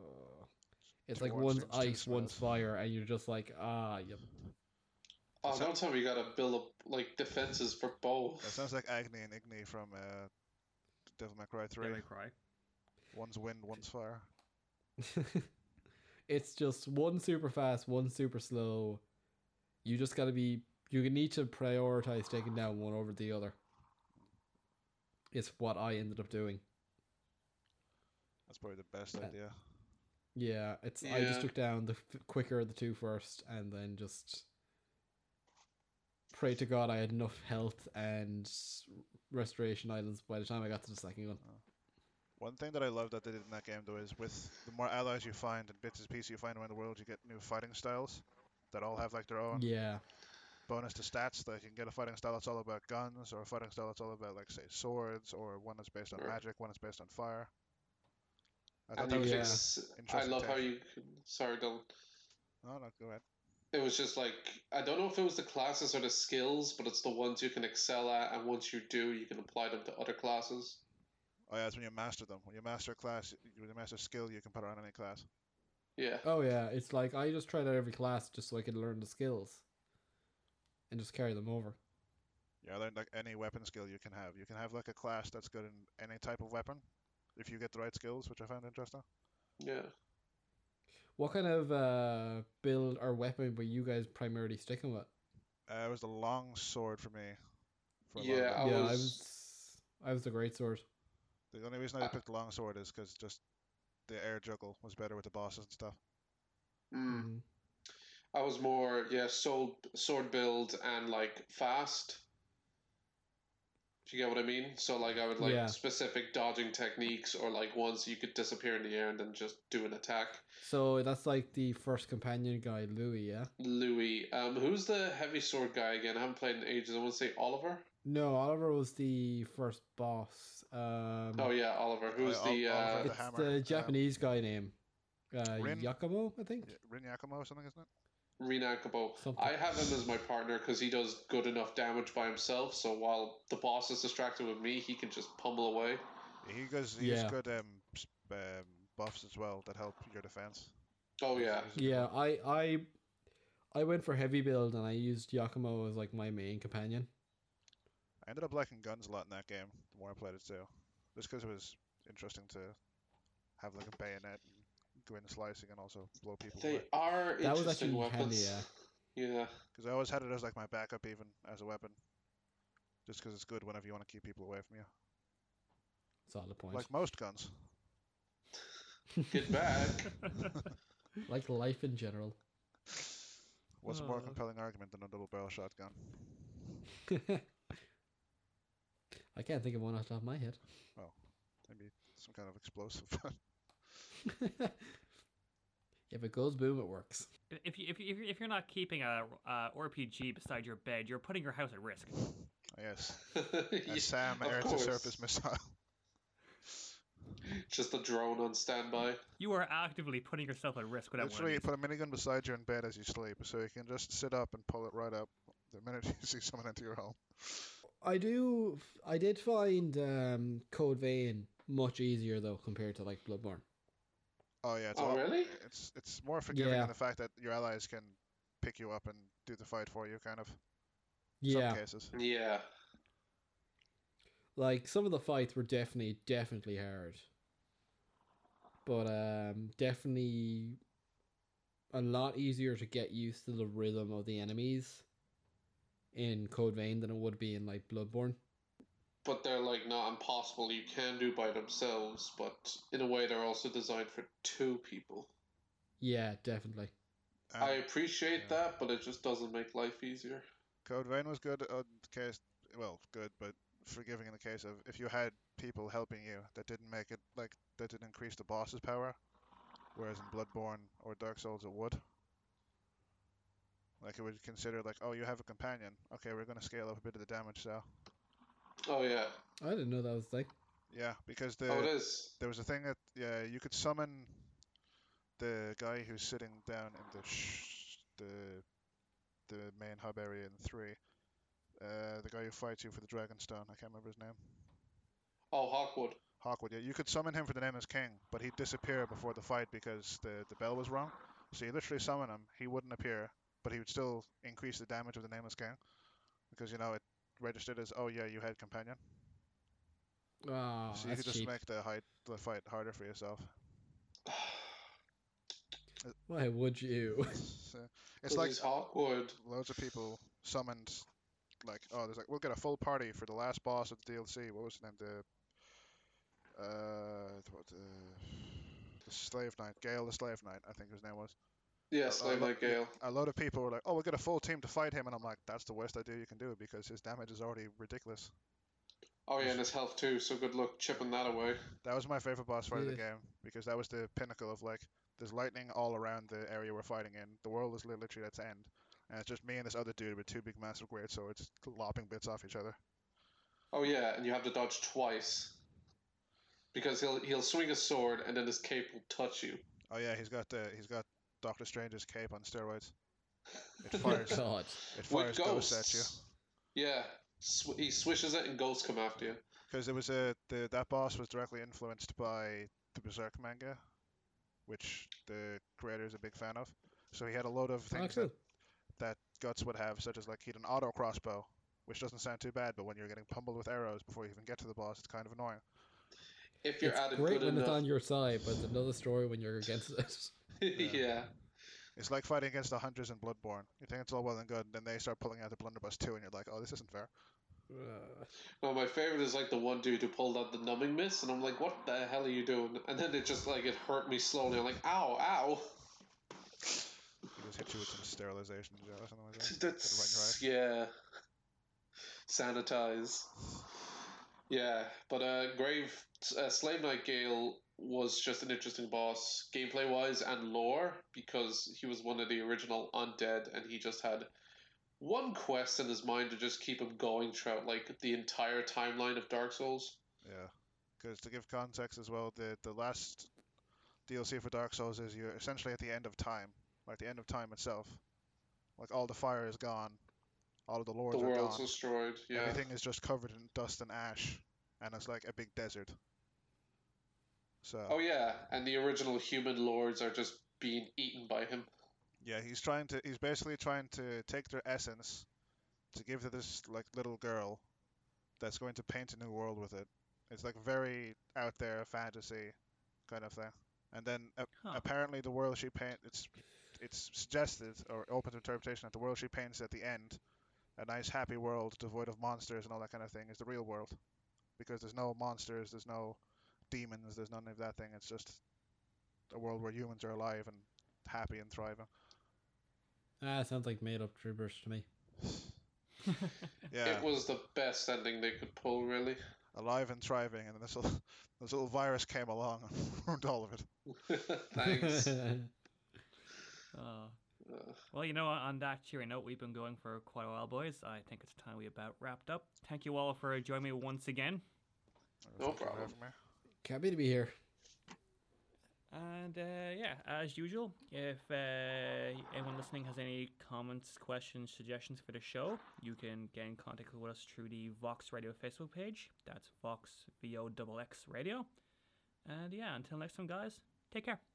Speaker 3: It's
Speaker 4: Two
Speaker 3: like
Speaker 4: orange
Speaker 3: one's
Speaker 4: juice, two
Speaker 3: ice, one's
Speaker 4: smells.
Speaker 3: fire, and you're just like, ah, yep.
Speaker 2: Oh,
Speaker 4: Is that-
Speaker 2: don't tell me you gotta build up like defenses for both.
Speaker 4: That sounds like Agni and Igni from uh, Devil May Cry 3.
Speaker 1: They would cry.
Speaker 4: One's wind, one's fire.
Speaker 3: it's just one super fast, one super slow. You just gotta be. You need to prioritize taking down one over the other. It's what I ended up doing.
Speaker 4: That's probably the best
Speaker 3: Yeah.
Speaker 4: idea.
Speaker 3: Yeah, it's I just
Speaker 2: Yeah.
Speaker 3: took down the f- quicker of the two first, and then just pray to God I had enough health and restoration items by the time I got to the second one.
Speaker 4: One thing that I love that they did in that game though is with the more allies you find and bits and pieces you find around the world, you get new fighting styles that all have like their own
Speaker 3: Yeah,
Speaker 4: bonus to stats. Like you can get a fighting style that's all about guns, or a fighting style that's all about like say swords, or one that's based on
Speaker 2: Sure.
Speaker 4: magic, one that's based on fire. I thought
Speaker 2: And
Speaker 4: that
Speaker 2: you
Speaker 4: was
Speaker 2: can
Speaker 3: Oh, yeah.
Speaker 2: s- I
Speaker 4: interesting
Speaker 2: love how
Speaker 4: take.
Speaker 2: you. Sorry, don't.
Speaker 4: Oh, no, no, go ahead.
Speaker 2: It was just like I don't know if it was the classes or the skills, but it's the ones you can excel at, and once you do, you can apply them to other classes.
Speaker 4: Oh yeah, it's when you master them. When you master a class, y- when you master a skill, you can put it on any class.
Speaker 2: Yeah,
Speaker 3: oh yeah, it's like I just tried out every class just so I could learn the skills, and just carry them over.
Speaker 4: Yeah, I learned like any weapon skill you can have. You can have like a class that's good in any type of weapon, if you get the right skills, which I found interesting.
Speaker 2: yeah.
Speaker 3: What kind of uh, build or weapon were you guys primarily sticking with?
Speaker 4: Uh, it was the long sword for me. For a long
Speaker 2: Yeah,
Speaker 4: time.
Speaker 2: I
Speaker 3: yeah, I
Speaker 2: was-
Speaker 3: was I was the great sword.
Speaker 4: The only reason I
Speaker 2: Uh,
Speaker 4: picked longsword is because just the air juggle was better with the bosses and stuff.
Speaker 2: Mm. I was more yeah sword sword build and like fast. If you get what I mean, so like I would like
Speaker 3: Yeah.
Speaker 2: specific dodging techniques or like ones you could disappear in the air and then just do an attack.
Speaker 3: So that's like the first companion guy, Louis. Yeah.
Speaker 2: Louis, um, who's the heavy sword guy again? I haven't played in ages. I want to say Oliver.
Speaker 3: No, Oliver was the first boss. Um,
Speaker 2: Oh yeah, Oliver. Who's
Speaker 4: Ol-
Speaker 2: the
Speaker 4: Oliver
Speaker 2: uh,
Speaker 4: the
Speaker 3: it's the,
Speaker 4: hammer, um,
Speaker 3: Japanese guy name, uh,
Speaker 4: Rin-
Speaker 3: Yakumo, I think.
Speaker 4: Y- Rin Yakumo or something, isn't it?
Speaker 2: Renakabo?
Speaker 3: Something.
Speaker 2: I have him as my partner because he does good enough damage by himself. So while the boss is distracted with me, he can just pummel away.
Speaker 4: He goes, he's
Speaker 3: Yeah.
Speaker 4: good um, s- um, buffs as well that help your defense.
Speaker 2: Oh yeah,
Speaker 4: He's a good
Speaker 3: Yeah,
Speaker 4: one.
Speaker 3: I I I went for heavy build and I used Yakumo as like my main companion.
Speaker 4: I ended up liking guns a lot in that game. The more I played it too, just because it was interesting to have like a bayonet and go in slicing and also blow people
Speaker 2: they
Speaker 4: away.
Speaker 2: are
Speaker 3: That was
Speaker 2: interesting
Speaker 3: actually handy,
Speaker 2: weapons. yeah.
Speaker 4: Because I always had it as like my backup even as a weapon, just because it's good whenever you want to keep people away from you.
Speaker 3: Solid point.
Speaker 4: Like most guns.
Speaker 2: Get back.
Speaker 3: like life in general.
Speaker 4: What's a more
Speaker 1: Uh.
Speaker 4: compelling argument than a double barrel shotgun?
Speaker 3: I can't think of one off the top of my head.
Speaker 4: Maybe some kind of explosive.
Speaker 3: if it goes boom, it works.
Speaker 1: If you if you if you're- if you're not keeping a, uh, a RPG beside your bed, you're putting your house at risk.
Speaker 4: yes.
Speaker 2: Yeah,
Speaker 4: A SAM
Speaker 2: of
Speaker 4: air to surface
Speaker 2: course.
Speaker 4: missile.
Speaker 2: Just a drone on standby.
Speaker 1: You are actively putting yourself at risk without one.
Speaker 4: Literally,
Speaker 1: of
Speaker 4: you
Speaker 1: these.
Speaker 4: put a minigun beside you in bed as you sleep, so you can just sit up and pull it right up the minute you see someone enter your home.
Speaker 3: I do. I did find um, Code Vein much easier though compared to like Bloodborne.
Speaker 4: Oh yeah, it's a
Speaker 2: Oh
Speaker 4: lot-
Speaker 2: really?
Speaker 4: it's it's more forgiving
Speaker 3: Yeah.
Speaker 4: in the fact that your allies can pick you up and do the fight for you, kind of.
Speaker 3: Yeah,
Speaker 4: Some cases.
Speaker 2: Yeah.
Speaker 3: like some of the fights were definitely definitely hard, but um, definitely a lot easier to get used to the rhythm of the enemies in Code Vein than it would be in like Bloodborne.
Speaker 2: But they're like not impossible. You can do by themselves, but in a way they're also designed for two people.
Speaker 3: Yeah, definitely.
Speaker 4: And
Speaker 2: I appreciate
Speaker 4: Ah, yeah.
Speaker 2: that, but it just doesn't make life easier.
Speaker 4: Code Vein was good on the case, well, good, but forgiving in the case of if you had people helping you that didn't make it, like, that didn't increase the boss's power, whereas in Bloodborne or Dark Souls it would. Like, it would consider, like, oh, you have a companion. Okay, we're going to scale up a bit of the damage, so.
Speaker 2: Oh yeah.
Speaker 3: I didn't know that was a thing.
Speaker 4: Yeah, because the
Speaker 2: oh, it is.
Speaker 4: there was a thing that, yeah, you could summon the guy who's sitting down in the sh- the the main hub area in 3. Uh, the guy who fights you for the Dragonstone. I can't remember his name.
Speaker 2: Oh, Hawkwood.
Speaker 4: Hawkwood, yeah. You could summon him for the name as king, but he'd disappear before the fight because the, the bell was wrong. So you literally summon him, he wouldn't appear, but he would still increase the damage of the name as king. Because, you know, it registered as, oh yeah, you had companion.
Speaker 3: Ah,
Speaker 4: so you
Speaker 3: that's
Speaker 4: could just
Speaker 3: cheap.
Speaker 4: make the, height, the fight harder for yourself.
Speaker 3: Why would you?
Speaker 4: So it's
Speaker 2: It's
Speaker 4: like
Speaker 2: like Hawkwood.
Speaker 4: loads of people summoned, like, oh, there's like, we'll get a full party for the last boss of the DLC. What was his name? The. Uh, th- what, the, the Slave Knight, Gale the Slave Knight, I think his name was.
Speaker 2: Yeah,
Speaker 4: Uh,
Speaker 2: Slave
Speaker 4: uh,
Speaker 2: Knight Gale.
Speaker 4: A lot of people were like, "Oh, we'll get a full team to fight him," and I'm like, "That's the worst idea you can do because his damage is already ridiculous."
Speaker 2: Oh yeah, and his health too. So good luck chipping that away.
Speaker 4: That was my favorite boss fight of the
Speaker 3: Yeah.
Speaker 4: game because that was the pinnacle of like there's lightning all around the area we're fighting in. The world is li- literally at its end, and it's just me and this other dude with two big massive great swords lopping bits off each other.
Speaker 2: Oh yeah, and you have to dodge twice because he'll he'll swing his sword and then his cape will touch you.
Speaker 4: Oh yeah, he's got the he's got Doctor Strange's cape on steroids. It
Speaker 3: Oh,
Speaker 4: fires
Speaker 3: God.
Speaker 4: it fires ghosts at you.
Speaker 2: Yeah, sw- he swishes it and ghosts come after you.
Speaker 4: because it was a the that boss was directly influenced by the Berserk manga, which the creator is a big fan of. So he had a load of
Speaker 3: Oh,
Speaker 4: things
Speaker 3: cool.
Speaker 4: that, that Guts would have, such as like he had an auto crossbow, which doesn't sound too bad, but when you're getting pummeled with arrows before you even get to the boss, it's kind of annoying.
Speaker 2: If you're at
Speaker 3: It's
Speaker 2: it
Speaker 3: great
Speaker 2: good
Speaker 3: when
Speaker 2: enough.
Speaker 3: it's on your side, but it's another story when you're against it.
Speaker 2: yeah.
Speaker 4: It's like fighting against the hunters in Bloodborne. You think it's all well and good, and then they start pulling out the blunderbuss too, and you're like, oh, this isn't fair.
Speaker 3: Uh,
Speaker 2: No, my favorite is like the one dude who pulled out the numbing mist, and I'm like, what the hell are you doing? And then it just like it hurt me slowly. I'm like, ow, ow.
Speaker 4: He just hit you with some sterilization gel or something like that.
Speaker 2: That's yeah. Sanitize. Yeah, but uh, Grave uh, Slave Knight Gale was just an interesting boss, gameplay wise and lore, because he was one of the original undead, and he just had one quest in his mind to just keep him going throughout like the entire timeline of Dark Souls.
Speaker 4: Yeah, because to give context as well, the the last DLC for Dark Souls is you're essentially at the end of time, like the end of time itself. Like all the fire is gone, all of the lords
Speaker 2: the
Speaker 4: are
Speaker 2: world's
Speaker 4: gone.
Speaker 2: destroyed. Yeah.
Speaker 4: Everything is just covered in dust and ash, and it's like a big desert. So
Speaker 2: Oh yeah, and the original human lords are just being eaten by him.
Speaker 4: yeah, he's trying to he's basically trying to take their essence to give to this like little girl that's going to paint a new world with it. It's like very out there fantasy kind of thing. And then a-
Speaker 1: Huh.
Speaker 4: apparently the world she paint it's it's suggested or open to interpretation that the world she paints at the end a nice happy world devoid of monsters and all that kind of thing is the real world because there's no monsters there's no demons there's none of that thing it's just a world where humans are alive and happy and thriving
Speaker 3: ah, sounds like made up gibberish to me.
Speaker 4: yeah
Speaker 2: It was the best ending they could pull, really.
Speaker 4: alive and thriving and then this little this little virus came along and ruined all of it
Speaker 2: Thanks.
Speaker 1: Oh.
Speaker 2: Uh,
Speaker 1: Well, you know, on that cheery note, we've been going for quite a while, boys. I think it's time we about wrapped up. Thank you all for joining me once again.
Speaker 2: No
Speaker 4: Thank you for
Speaker 2: problem.
Speaker 4: having me.
Speaker 3: Happy to be here.
Speaker 1: And uh, yeah, as usual, if uh, anyone listening has any comments, questions, suggestions for the show, you can get in contact with us through the Vox Radio Facebook page. That's Vox V O X Radio. And yeah, until next time, guys, take care.